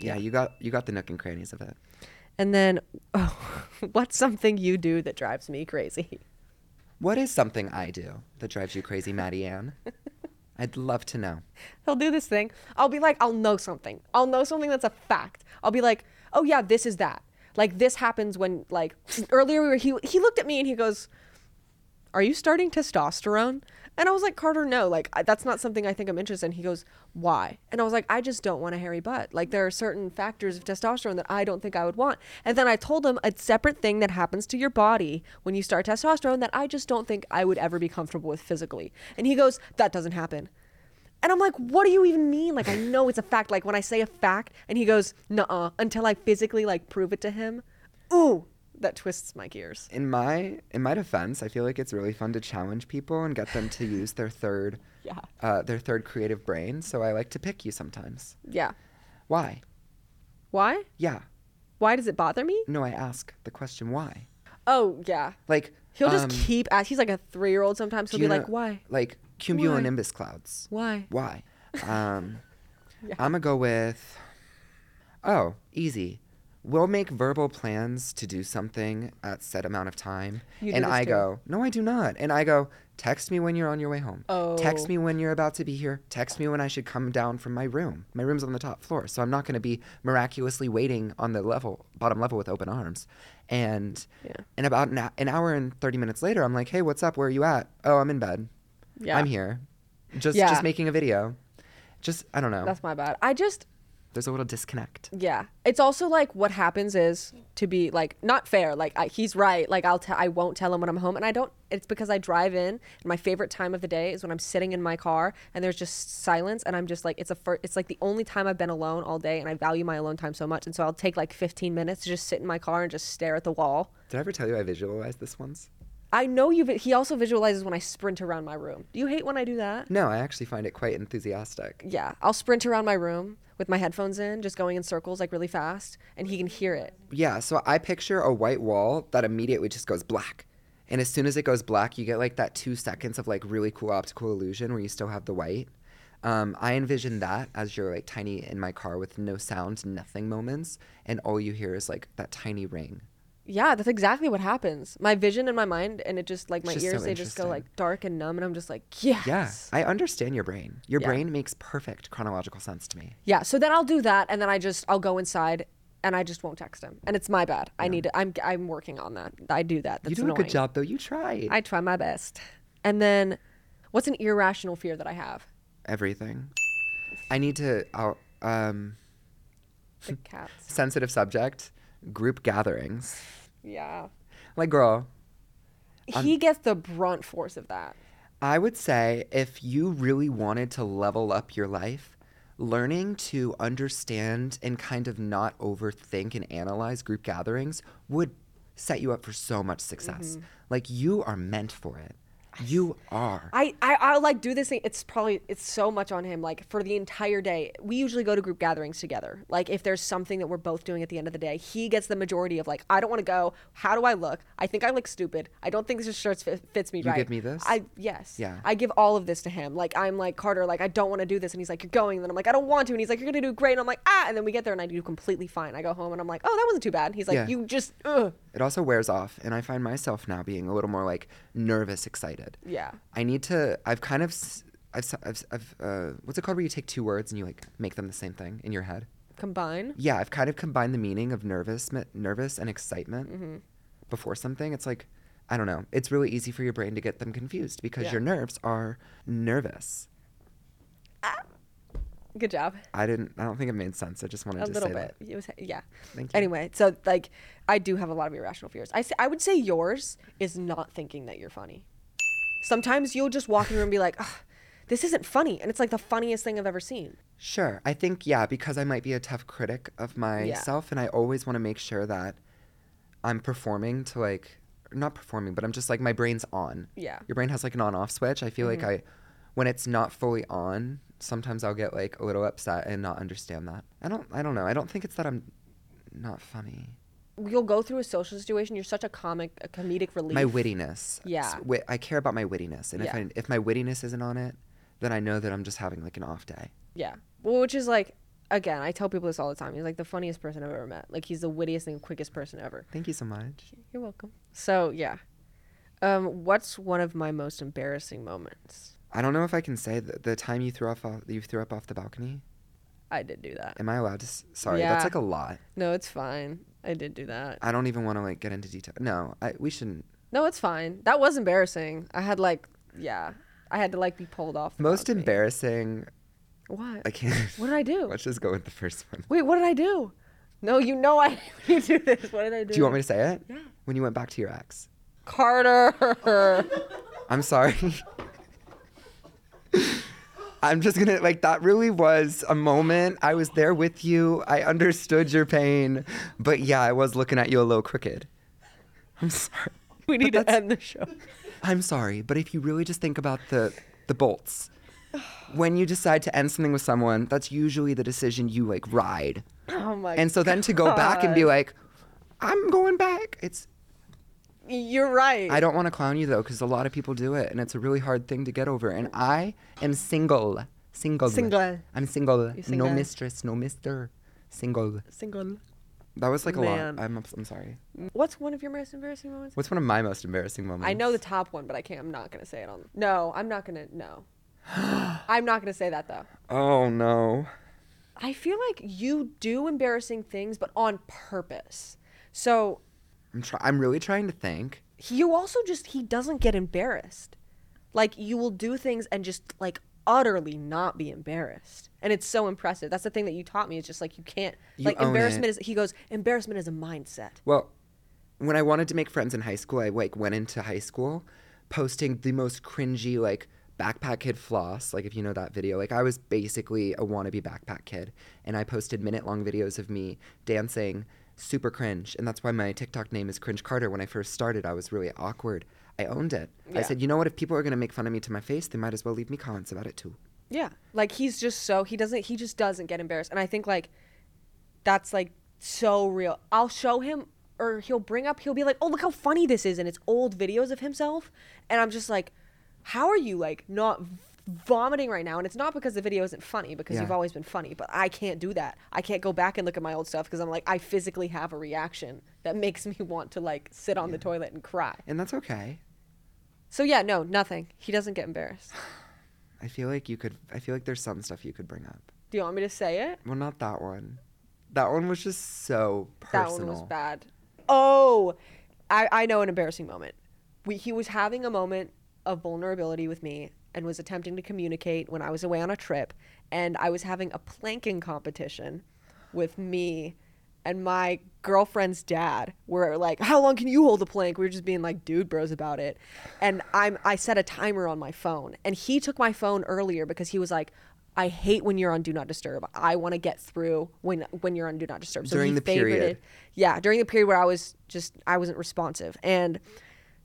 [SPEAKER 2] Yeah, you got you got the nook and crannies of it.
[SPEAKER 1] And then, oh, what's something you do that drives me crazy?
[SPEAKER 2] What is something I do that drives you crazy, Maddie Ann? I'd love to know.
[SPEAKER 1] He'll do this thing. I'll be like, I'll know something. I'll know something that's a fact. I'll be like, oh yeah, this is that. Like this happens when like earlier we were, he he looked at me and he goes, "Are you starting testosterone?" And I was like, Carter, no, like I, that's not something I think I'm interested in. He goes, why? And I was like, I just don't want a hairy butt. Like there are certain factors of testosterone that I don't think I would want. And then I told him a separate thing that happens to your body when you start testosterone that I just don't think I would ever be comfortable with physically. And he goes, that doesn't happen. And I'm like, what do you even mean? Like I know it's a fact. Like when I say a fact, and he goes, nuh-uh, until I physically like prove it to him. Ooh, that twists my gears.
[SPEAKER 2] in my in my defense, I feel like it's really fun to challenge people and get them to use their third
[SPEAKER 1] Yeah.
[SPEAKER 2] uh, their third creative brain. So I like to pick you sometimes.
[SPEAKER 1] Yeah.
[SPEAKER 2] Why?
[SPEAKER 1] Why?
[SPEAKER 2] Yeah.
[SPEAKER 1] Why does it bother me?
[SPEAKER 2] No, I ask the question why.
[SPEAKER 1] Oh yeah.
[SPEAKER 2] Like
[SPEAKER 1] He'll just
[SPEAKER 2] um,
[SPEAKER 1] keep asking. He's like a three year old sometimes.
[SPEAKER 2] do
[SPEAKER 1] He'll
[SPEAKER 2] you
[SPEAKER 1] be like,
[SPEAKER 2] know-
[SPEAKER 1] why?
[SPEAKER 2] Like cumulonimbus clouds.
[SPEAKER 1] Why?
[SPEAKER 2] Why? Um,
[SPEAKER 1] Yeah.
[SPEAKER 2] I'm gonna go with. Oh, easy. We'll make verbal plans to do something at set amount of time,
[SPEAKER 1] You do
[SPEAKER 2] and
[SPEAKER 1] this
[SPEAKER 2] I
[SPEAKER 1] too.
[SPEAKER 2] go, no, I do not, and I go. Text me when you're on your way home. Text
[SPEAKER 1] Oh.
[SPEAKER 2] me when you're about to be here. Text me when I should come down from my room. My room's on the top floor, so I'm not going to be miraculously waiting on the level, bottom level with open arms. And
[SPEAKER 1] Yeah.
[SPEAKER 2] and about an, hou- an hour and 30 minutes later, I'm like, "Hey, what's up? Where are you at?" "Oh, I'm in bed."
[SPEAKER 1] Yeah.
[SPEAKER 2] I'm here. Just
[SPEAKER 1] Yeah.
[SPEAKER 2] just making a video. Just I don't know.
[SPEAKER 1] That's my bad. I just
[SPEAKER 2] There's a little disconnect.
[SPEAKER 1] yeah. It's also like what happens is to be like not fair. Like I, he's right. Like I'll t- I won't tell him when I'm home, and I don't. It's because I drive in, and my favorite time of the day is when I'm sitting in my car and there's just silence, and I'm just like it's a fir- it's like the only time I've been alone all day, and I value my alone time so much, and so I'll take like 15 minutes to just sit in my car and just stare at the wall.
[SPEAKER 2] Did I ever tell you I visualized this once?
[SPEAKER 1] I know you. vi- He also visualizes when I sprint around my room. Do you hate when I do that?
[SPEAKER 2] No, I actually find it quite enthusiastic.
[SPEAKER 1] yeah, I'll sprint around my room with my headphones in, just going in circles like really fast, and he can hear it.
[SPEAKER 2] Yeah, so I picture a white wall that immediately just goes black. And as soon as it goes black, you get like that two seconds of like really cool optical illusion where you still have the white. Um, I envision that as you're like tiny in my car with no sound, nothing moments, and all you hear is like that tiny ring.
[SPEAKER 1] Yeah, that's exactly what happens. My vision in my mind, and it just like my
[SPEAKER 2] It's just so
[SPEAKER 1] ears, they just go
[SPEAKER 2] interesting.
[SPEAKER 1] like dark and numb, and I'm just like, yes.
[SPEAKER 2] Yeah, I understand your brain. Your
[SPEAKER 1] Yeah.
[SPEAKER 2] brain makes perfect chronological sense to me.
[SPEAKER 1] Yeah, so then I'll do that, and then I just I'll go inside, and I just won't text him, and it's my bad. I need to, I'm I'm working on that. I do that. That's
[SPEAKER 2] you do
[SPEAKER 1] annoying.
[SPEAKER 2] a good job though. You try.
[SPEAKER 1] I try my best. And then, what's an irrational fear that I have?
[SPEAKER 2] everything. I need to out um
[SPEAKER 1] The cats.
[SPEAKER 2] sensitive subject group gatherings.
[SPEAKER 1] Yeah.
[SPEAKER 2] Like girl,
[SPEAKER 1] he gets the brunt force of that.
[SPEAKER 2] I would say if you really wanted to level up your life, learning to understand and kind of not overthink and analyze group gatherings would set you up for so much success. Like you are meant for it. You are.
[SPEAKER 1] I, I I like do this thing. It's probably it's so much on him. Like for the entire day, we usually go to group gatherings together. Like if there's something that we're both doing at the end of the day, he gets the majority of like I don't want to go. How do I look? I think I look stupid. I don't think this shirt fit, fits me
[SPEAKER 2] You
[SPEAKER 1] right.
[SPEAKER 2] give me this?
[SPEAKER 1] I yes.
[SPEAKER 2] Yeah.
[SPEAKER 1] I give all of this to him. Like I'm like Carter. Like I don't want to do this, and he's like you're going. And then I'm like I don't want to, and he's like you're gonna do great. And I'm like ah. And then we get there, and I do completely fine. I go home, and I'm like oh that wasn't too bad. And he's like
[SPEAKER 2] Yeah.
[SPEAKER 1] you just ugh.
[SPEAKER 2] It also wears off, and I find myself now being a little more like nervous, excited.
[SPEAKER 1] Yeah.
[SPEAKER 2] I need to. I've kind of. s- I've. s- I've. s- I've uh, what's it called where you take two words and you like make them the same thing in your head?
[SPEAKER 1] combine.
[SPEAKER 2] Yeah, I've kind of combined the meaning of nervous, me- nervous and excitement
[SPEAKER 1] Mm-hmm.
[SPEAKER 2] before something. It's like I don't know. It's really easy for your brain to get them confused because
[SPEAKER 1] Yeah.
[SPEAKER 2] your nerves are nervous.
[SPEAKER 1] Good job.
[SPEAKER 2] I didn't. I don't think it made sense. I just wanted
[SPEAKER 1] a
[SPEAKER 2] to
[SPEAKER 1] little
[SPEAKER 2] say
[SPEAKER 1] bit.
[SPEAKER 2] that.
[SPEAKER 1] It was, yeah.
[SPEAKER 2] Thank you.
[SPEAKER 1] Anyway, so like, I do have a lot of irrational fears. I, s- I would say yours is not thinking that you're funny. Sometimes you'll just walk in the room and be like, Ugh, this isn't funny. And it's like the funniest thing I've ever seen.
[SPEAKER 2] Sure. I think yeah, because I might be a tough critic of myself and I always want to make sure that I'm performing to like not performing, but I'm just like my brain's on.
[SPEAKER 1] Yeah. Mm-hmm.
[SPEAKER 2] Your brain has like an on off switch. I feel like I when it's not fully on, sometimes I'll get like a little upset and not understand that. I don't I don't know. I don't think it's that I'm not funny.
[SPEAKER 1] You'll go through a social situation. You're such a comic, a comedic relief.
[SPEAKER 2] My wittiness.
[SPEAKER 1] Yeah.
[SPEAKER 2] S- wi- I care about my wittiness. And if
[SPEAKER 1] Yeah.
[SPEAKER 2] I, if my wittiness isn't on it, then I know that I'm just having like an off day.
[SPEAKER 1] Yeah. Well, which is like, again, I tell people this all the time. He's like the funniest person I've ever met. Like, he's the wittiest and quickest person ever.
[SPEAKER 2] Thank you so much.
[SPEAKER 1] You're welcome. So, yeah. Um, what's one of my most embarrassing moments?
[SPEAKER 2] I don't know if I can say the, the time you threw off off- you threw up off the balcony.
[SPEAKER 1] I did do that.
[SPEAKER 2] Am I allowed to? s- Sorry, that's
[SPEAKER 1] Yeah.
[SPEAKER 2] like a lot.
[SPEAKER 1] No, it's fine. I did do that.
[SPEAKER 2] I don't even want to like get into detail. No, I, we shouldn't.
[SPEAKER 1] No, it's fine. That was embarrassing. I had like, yeah. I had to like be pulled off. The
[SPEAKER 2] Most
[SPEAKER 1] balcony.
[SPEAKER 2] embarrassing.
[SPEAKER 1] What?
[SPEAKER 2] I can't.
[SPEAKER 1] What did I do?
[SPEAKER 2] Let's just go with the first one.
[SPEAKER 1] Wait, what did I do? No, you know I you do this. What did I do?
[SPEAKER 2] Do you want me to say it?
[SPEAKER 1] Yeah.
[SPEAKER 2] When you went back to your ex.
[SPEAKER 1] Carter?
[SPEAKER 2] I'm sorry. I'm just gonna like that really was a moment. I was there with you. I understood your pain. But yeah, I was looking at you a little crooked. I'm sorry.
[SPEAKER 1] we need to end the show.
[SPEAKER 2] I'm sorry, but if you really just think about the the bolts, when you decide to end something with someone, that's usually the decision you like ride.
[SPEAKER 1] Oh my.
[SPEAKER 2] And so then to go back and be
[SPEAKER 1] God.
[SPEAKER 2] like, I'm going back. It's
[SPEAKER 1] you're right.
[SPEAKER 2] I don't want to clown you though, because a lot of people do it, and it's a really hard thing to get over. And I am single, single,
[SPEAKER 1] Single.
[SPEAKER 2] I'm single.
[SPEAKER 1] You
[SPEAKER 2] No
[SPEAKER 1] single.
[SPEAKER 2] mistress, no mister. Single.
[SPEAKER 1] single.
[SPEAKER 2] That was like a
[SPEAKER 1] Man.
[SPEAKER 2] lot. I'm ups- I'm sorry.
[SPEAKER 1] What's one of your most embarrassing moments?
[SPEAKER 2] What's one of my most embarrassing moments?
[SPEAKER 1] I know the top one, but I can't. I'm not gonna say it on. No, I'm not gonna. No, I'm not gonna say that though.
[SPEAKER 2] Oh no.
[SPEAKER 1] I feel like you do embarrassing things, but on purpose. So
[SPEAKER 2] I'm try- I'm really trying to think.
[SPEAKER 1] he- you also just he doesn't get embarrassed. Like you will do things and just like utterly not be embarrassed. And it's so impressive. That's the thing that you taught me. It's just like you can't
[SPEAKER 2] You
[SPEAKER 1] like
[SPEAKER 2] own
[SPEAKER 1] embarrassment
[SPEAKER 2] it.
[SPEAKER 1] is he goes, embarrassment is a mindset.
[SPEAKER 2] Well, when I wanted to make friends in high school, I like went into high school posting the most cringy like backpack kid floss. Like if you know that video, like I was basically a wannabe backpack kid, and I posted minute long videos of me dancing, super cringe, and that's why my TikTok name is Cringe Carter. When I first started, I was really awkward. I owned it. I
[SPEAKER 1] Yeah.
[SPEAKER 2] said, you know what? If people are gonna make fun of me to my face, they might as well leave me comments about it too.
[SPEAKER 1] Yeah. Like he's just so he doesn't he just doesn't get embarrassed. And I think like that's like so real. I'll show him or he'll bring up he'll be like, "Oh, look how funny this is." And it's old videos of himself, and I'm just like, "How are you like not v- vomiting right now?" And it's not because the video isn't funny because
[SPEAKER 2] Yeah.
[SPEAKER 1] you've always been funny, but I can't do that. I can't go back and look at my old stuff because I'm like I physically have a reaction that makes me want to like sit on the toilet and cry.
[SPEAKER 2] And that's okay.
[SPEAKER 1] So yeah, no, nothing. He doesn't get embarrassed.
[SPEAKER 2] I feel like you could. I feel like there's some stuff you could bring up.
[SPEAKER 1] Do you want me to say it?
[SPEAKER 2] Well, not that one. That one was just so personal.
[SPEAKER 1] That one was bad. Oh, I, I know an embarrassing moment. We, he was having a moment of vulnerability with me and was attempting to communicate when I was away on a trip. And I was having a planking competition with me and my girlfriend's dad where like how long can you hold a plank we were just being like dude bros about it and i'm i set a timer on my phone and he took my phone earlier because he was like i hate when you're on do not disturb i want to get through when when you're on do not disturb
[SPEAKER 2] During
[SPEAKER 1] he
[SPEAKER 2] the
[SPEAKER 1] favorited-
[SPEAKER 2] period.
[SPEAKER 1] yeah, during the period where I was just I wasn't responsive, and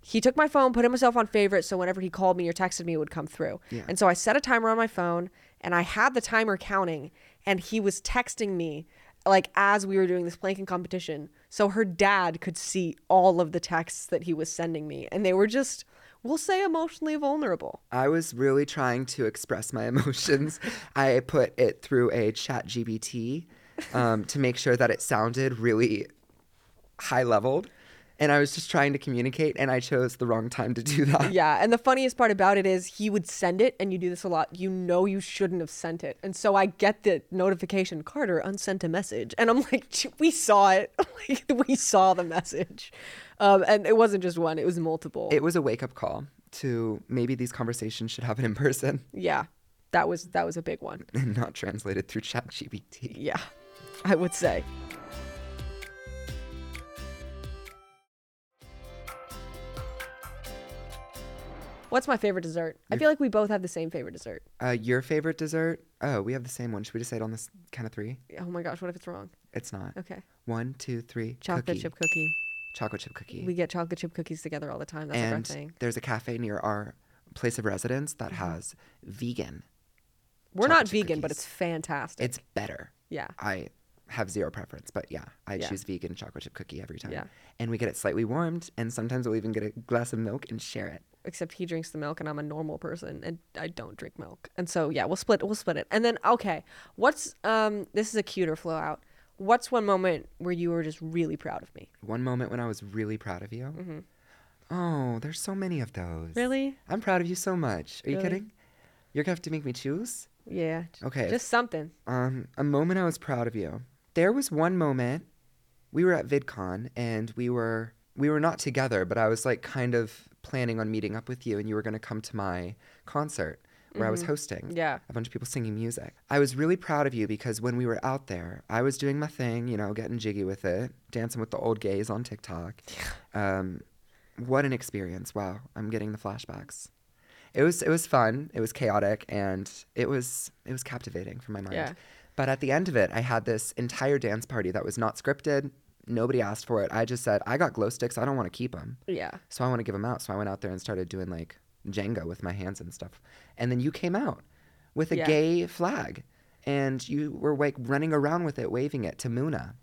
[SPEAKER 1] he took my phone, put himself on favorite, so whenever he called me or texted me, it would come through.
[SPEAKER 2] Yeah.
[SPEAKER 1] And so I set a timer on my phone, and I had the timer counting, and he was texting me like as we were doing this planking competition, so her dad could see all of the texts that he was sending me, and they were just we'll say emotionally vulnerable.
[SPEAKER 2] I was really trying to express my emotions. I put it through a chat GBT um, to make sure that it sounded really high leveled. And I was just trying to communicate, and I chose the wrong time to do that.
[SPEAKER 1] Yeah, and the funniest part about it is he would send it, and you do this a lot. You know you shouldn't have sent it, and so I get the notification Carter unsent a message, and I'm like, "Ch- we saw it, like we saw the message, um, and it wasn't just one; it was multiple.
[SPEAKER 2] It was a wake up call to maybe these conversations should happen in person
[SPEAKER 1] yeah, that was that was a big one.
[SPEAKER 2] and not translated through chat GBT.
[SPEAKER 1] Yeah, I would say. What's my favorite dessert? I feel like we both have the same favorite dessert.
[SPEAKER 2] Uh, your favorite dessert? Oh, we have the same one. Should we decide on this count of three?
[SPEAKER 1] Oh my gosh, what if it's wrong?
[SPEAKER 2] It's not.
[SPEAKER 1] Okay.
[SPEAKER 2] One, two, three.
[SPEAKER 1] Chocolate
[SPEAKER 2] cookie.
[SPEAKER 1] chip cookie.
[SPEAKER 2] Chocolate chip cookie.
[SPEAKER 1] We get chocolate chip cookies together all the time. That's our
[SPEAKER 2] and
[SPEAKER 1] thing. Mm-hmm.
[SPEAKER 2] there's a cafe near our place of residence that has vegan.
[SPEAKER 1] We're not
[SPEAKER 2] chocolate chip
[SPEAKER 1] vegan, but
[SPEAKER 2] cookies.
[SPEAKER 1] it's fantastic.
[SPEAKER 2] It's better.
[SPEAKER 1] yeah.
[SPEAKER 2] I have zero preference, but yeah, I
[SPEAKER 1] Yeah.
[SPEAKER 2] choose vegan chocolate chip cookie every time.
[SPEAKER 1] Yeah.
[SPEAKER 2] And we get it slightly warmed, and sometimes we'll even get a glass of milk and share it.
[SPEAKER 1] Except he drinks the milk and I'm a normal person and I don't drink milk. And so yeah, we'll split we'll split it. And then okay. What's um this is a cuter flow out. What's one moment where you were just really proud of me?
[SPEAKER 2] One moment when I was really proud of you. Oh, there's so many of those.
[SPEAKER 1] Mm-hmm. Really?
[SPEAKER 2] I'm proud of you so much. Are you
[SPEAKER 1] Really?
[SPEAKER 2] kidding? You're gonna have to make me choose.
[SPEAKER 1] Yeah. j-
[SPEAKER 2] Okay.
[SPEAKER 1] Just something.
[SPEAKER 2] Um, a moment I was proud of you. There was one moment we were at VidCon and we were we were not together, but I was like kind of planning on meeting up with you and you were going to come to my concert where I was hosting.
[SPEAKER 1] Yeah.
[SPEAKER 2] A bunch of people singing music. I was really proud of you because when we were out there, I was doing my thing, you know, getting jiggy with it, dancing with the old gays on TikTok. Um, what an experience. Wow. I'm getting the flashbacks. It was it was fun. It was chaotic and it was it was captivating for my mind.
[SPEAKER 1] Yeah.
[SPEAKER 2] But at the end of it, I had this entire dance party that was not scripted. Nobody asked for it. I just said, I got glow sticks. I don't want to keep them.
[SPEAKER 1] Yeah.
[SPEAKER 2] So I want to give them out. So I went out there and started doing like Jenga with my hands and stuff. And then you came out with a
[SPEAKER 1] Yeah.
[SPEAKER 2] gay flag and you were like running around with it, waving it to Muna.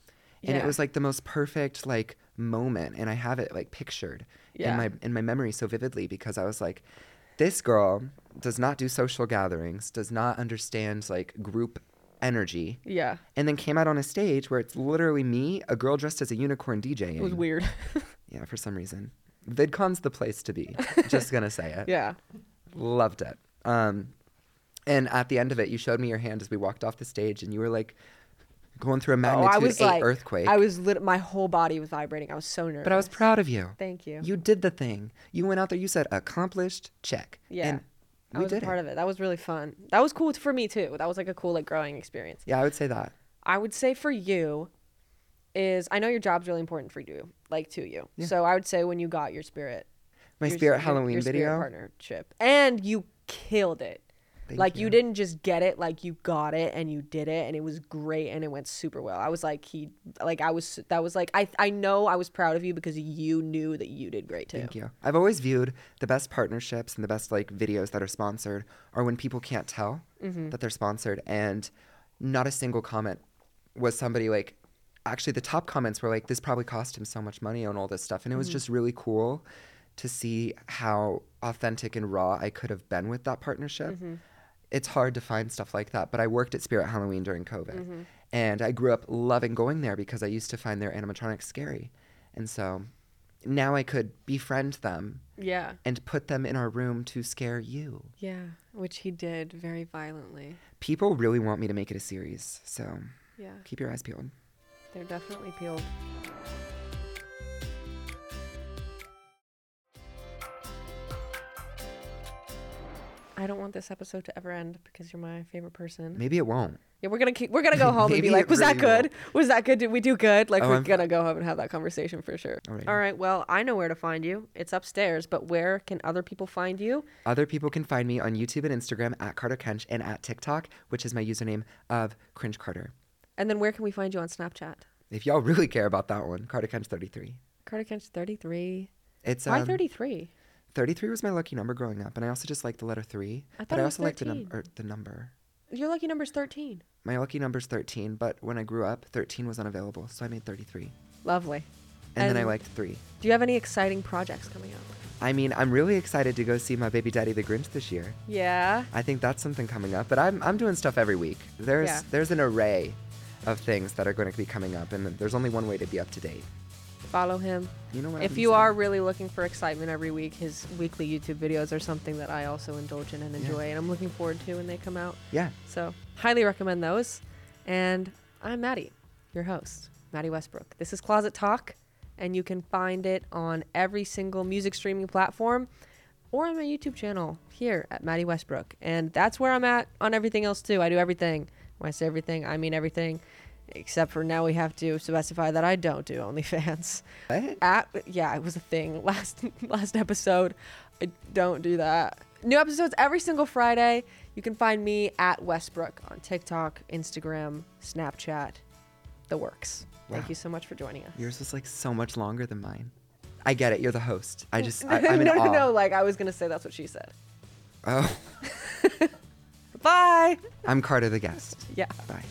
[SPEAKER 2] And
[SPEAKER 1] Yeah.
[SPEAKER 2] it was like the most perfect like moment. And I have it like pictured
[SPEAKER 1] Yeah.
[SPEAKER 2] in my in my memory so vividly because I was like, this girl does not do social gatherings, does not understand like group energy.
[SPEAKER 1] Yeah.
[SPEAKER 2] And then came out on a stage where it's literally me, a girl dressed as a unicorn DJing.
[SPEAKER 1] It was weird.
[SPEAKER 2] Yeah, for some reason. VidCon's the place to be. Just gonna say it.
[SPEAKER 1] yeah.
[SPEAKER 2] Loved it. Um, and at the end of it, you showed me your hand as we walked off the stage, and you were like going through a
[SPEAKER 1] Oh,
[SPEAKER 2] magnitude
[SPEAKER 1] I was
[SPEAKER 2] eight
[SPEAKER 1] like
[SPEAKER 2] earthquake.
[SPEAKER 1] I was lit- my whole body was vibrating. I was so nervous.
[SPEAKER 2] but I was proud of you.
[SPEAKER 1] Thank you.
[SPEAKER 2] You did the thing. You went out there. You said accomplished. Check.
[SPEAKER 1] Yeah.
[SPEAKER 2] And
[SPEAKER 1] I
[SPEAKER 2] we
[SPEAKER 1] was a
[SPEAKER 2] did
[SPEAKER 1] part
[SPEAKER 2] it.
[SPEAKER 1] of it. That was really fun. That was cool for me too. That was like a cool like growing experience.
[SPEAKER 2] yeah, I would say that.
[SPEAKER 1] I would say for you is I know your job's really important for you, like to you. So I would say when you got your spirit
[SPEAKER 2] My
[SPEAKER 1] your-
[SPEAKER 2] spirit
[SPEAKER 1] your-
[SPEAKER 2] Halloween
[SPEAKER 1] your spirit
[SPEAKER 2] video.
[SPEAKER 1] partnership. And you killed it.
[SPEAKER 2] Thank
[SPEAKER 1] like you.
[SPEAKER 2] you.
[SPEAKER 1] didn't just get it, like you got it and you did it and it was great and it went super well. I was like he like I was that was like I I know I was proud of you because you knew that you did great too.
[SPEAKER 2] Thank you. I've always viewed the best partnerships and the best like videos that are sponsored are when people can't tell that they're sponsored, and not a single comment was somebody like. Actually, the top comments were like, "This probably cost him so much money on all this stuff," and it was just really cool to see how authentic and raw I could have been with that partnership. It's hard to find stuff like that, but I worked at Spirit Halloween during COVID, and I grew up loving going there because I used to find their animatronics scary, and so now I could befriend them
[SPEAKER 1] Yeah.
[SPEAKER 2] and put them in our room to scare you.
[SPEAKER 1] Yeah, which he did very violently.
[SPEAKER 2] People really want me to make it a series, so
[SPEAKER 1] Yeah,
[SPEAKER 2] keep your eyes peeled.
[SPEAKER 1] they're definitely peeled. I don't want this episode to ever end because you're my favorite person.
[SPEAKER 2] Maybe it won't.
[SPEAKER 1] Yeah, we're gonna keep, we're gonna go home and be
[SPEAKER 2] Maybe
[SPEAKER 1] like,
[SPEAKER 2] it
[SPEAKER 1] was that
[SPEAKER 2] really
[SPEAKER 1] good? Was that good? Did we do good? Like
[SPEAKER 2] Oh,
[SPEAKER 1] we're
[SPEAKER 2] I'm-
[SPEAKER 1] gonna go home and have that conversation for sure.
[SPEAKER 2] Alrighty.
[SPEAKER 1] All right. Well, I know where to find you. It's upstairs, but where can other people find you?
[SPEAKER 2] Other people can find me on YouTube and Instagram at Carter Kench and at TikTok, which is my username of Cringe Carter.
[SPEAKER 1] And then where can we find you on Snapchat?
[SPEAKER 2] If y'all really care about that one, Carter Kench 33.
[SPEAKER 1] Carter Kench thirty three.
[SPEAKER 2] It's
[SPEAKER 1] Why
[SPEAKER 2] um,
[SPEAKER 1] thirty three?
[SPEAKER 2] 33 was my lucky number growing up, and I also just like the letter three.
[SPEAKER 1] I thought
[SPEAKER 2] but
[SPEAKER 1] it
[SPEAKER 2] I
[SPEAKER 1] was
[SPEAKER 2] also like the
[SPEAKER 1] 13.
[SPEAKER 2] number. The number.
[SPEAKER 1] Your lucky number's thirteen.
[SPEAKER 2] My lucky number's 13, but when I grew up, 13 was unavailable, so I made 33, and,
[SPEAKER 1] Lovely.
[SPEAKER 2] then I
[SPEAKER 1] And-
[SPEAKER 2] liked three.
[SPEAKER 1] Do you have any exciting projects coming up?
[SPEAKER 2] I mean, I'm really excited to go see my baby daddy the Grinch this year.
[SPEAKER 1] Yeah.
[SPEAKER 2] I think that's something coming up, but I'm I'm doing stuff every week. There's
[SPEAKER 1] Yeah.
[SPEAKER 2] there's an array of things that are going to be coming up and there's only one way to be up to date.
[SPEAKER 1] Follow him.
[SPEAKER 2] You know what?
[SPEAKER 1] If
[SPEAKER 2] I'm
[SPEAKER 1] you
[SPEAKER 2] saying?
[SPEAKER 1] are really looking for excitement every week, his weekly YouTube videos are something that I also indulge in and enjoy, and I'm looking forward to when they come out.
[SPEAKER 2] Yeah.
[SPEAKER 1] So, highly recommend those. And I'm Maddie, your host, Maddie Westbrook. This is Closet Talk, and you can find it on every single music streaming platform or on my YouTube channel here at Maddie Westbrook. And that's where I'm at on everything else, too. I do everything. When I say everything, I mean everything, except for now we have to specify that I don't do OnlyFans
[SPEAKER 2] What?
[SPEAKER 1] at yeah it was a thing last last episode i don't do that new episodes every single friday you can find me at westbrook on tiktok instagram snapchat the works thank
[SPEAKER 2] Wow.
[SPEAKER 1] you so much for joining us
[SPEAKER 2] Yours was like so much longer than mine. I get it. You're the host. I just I, I'm in
[SPEAKER 1] no
[SPEAKER 2] awe.
[SPEAKER 1] no no like i was gonna say that's what she said
[SPEAKER 2] Oh,
[SPEAKER 1] bye
[SPEAKER 2] I'm Carter the guest.
[SPEAKER 1] yeah
[SPEAKER 2] Bye.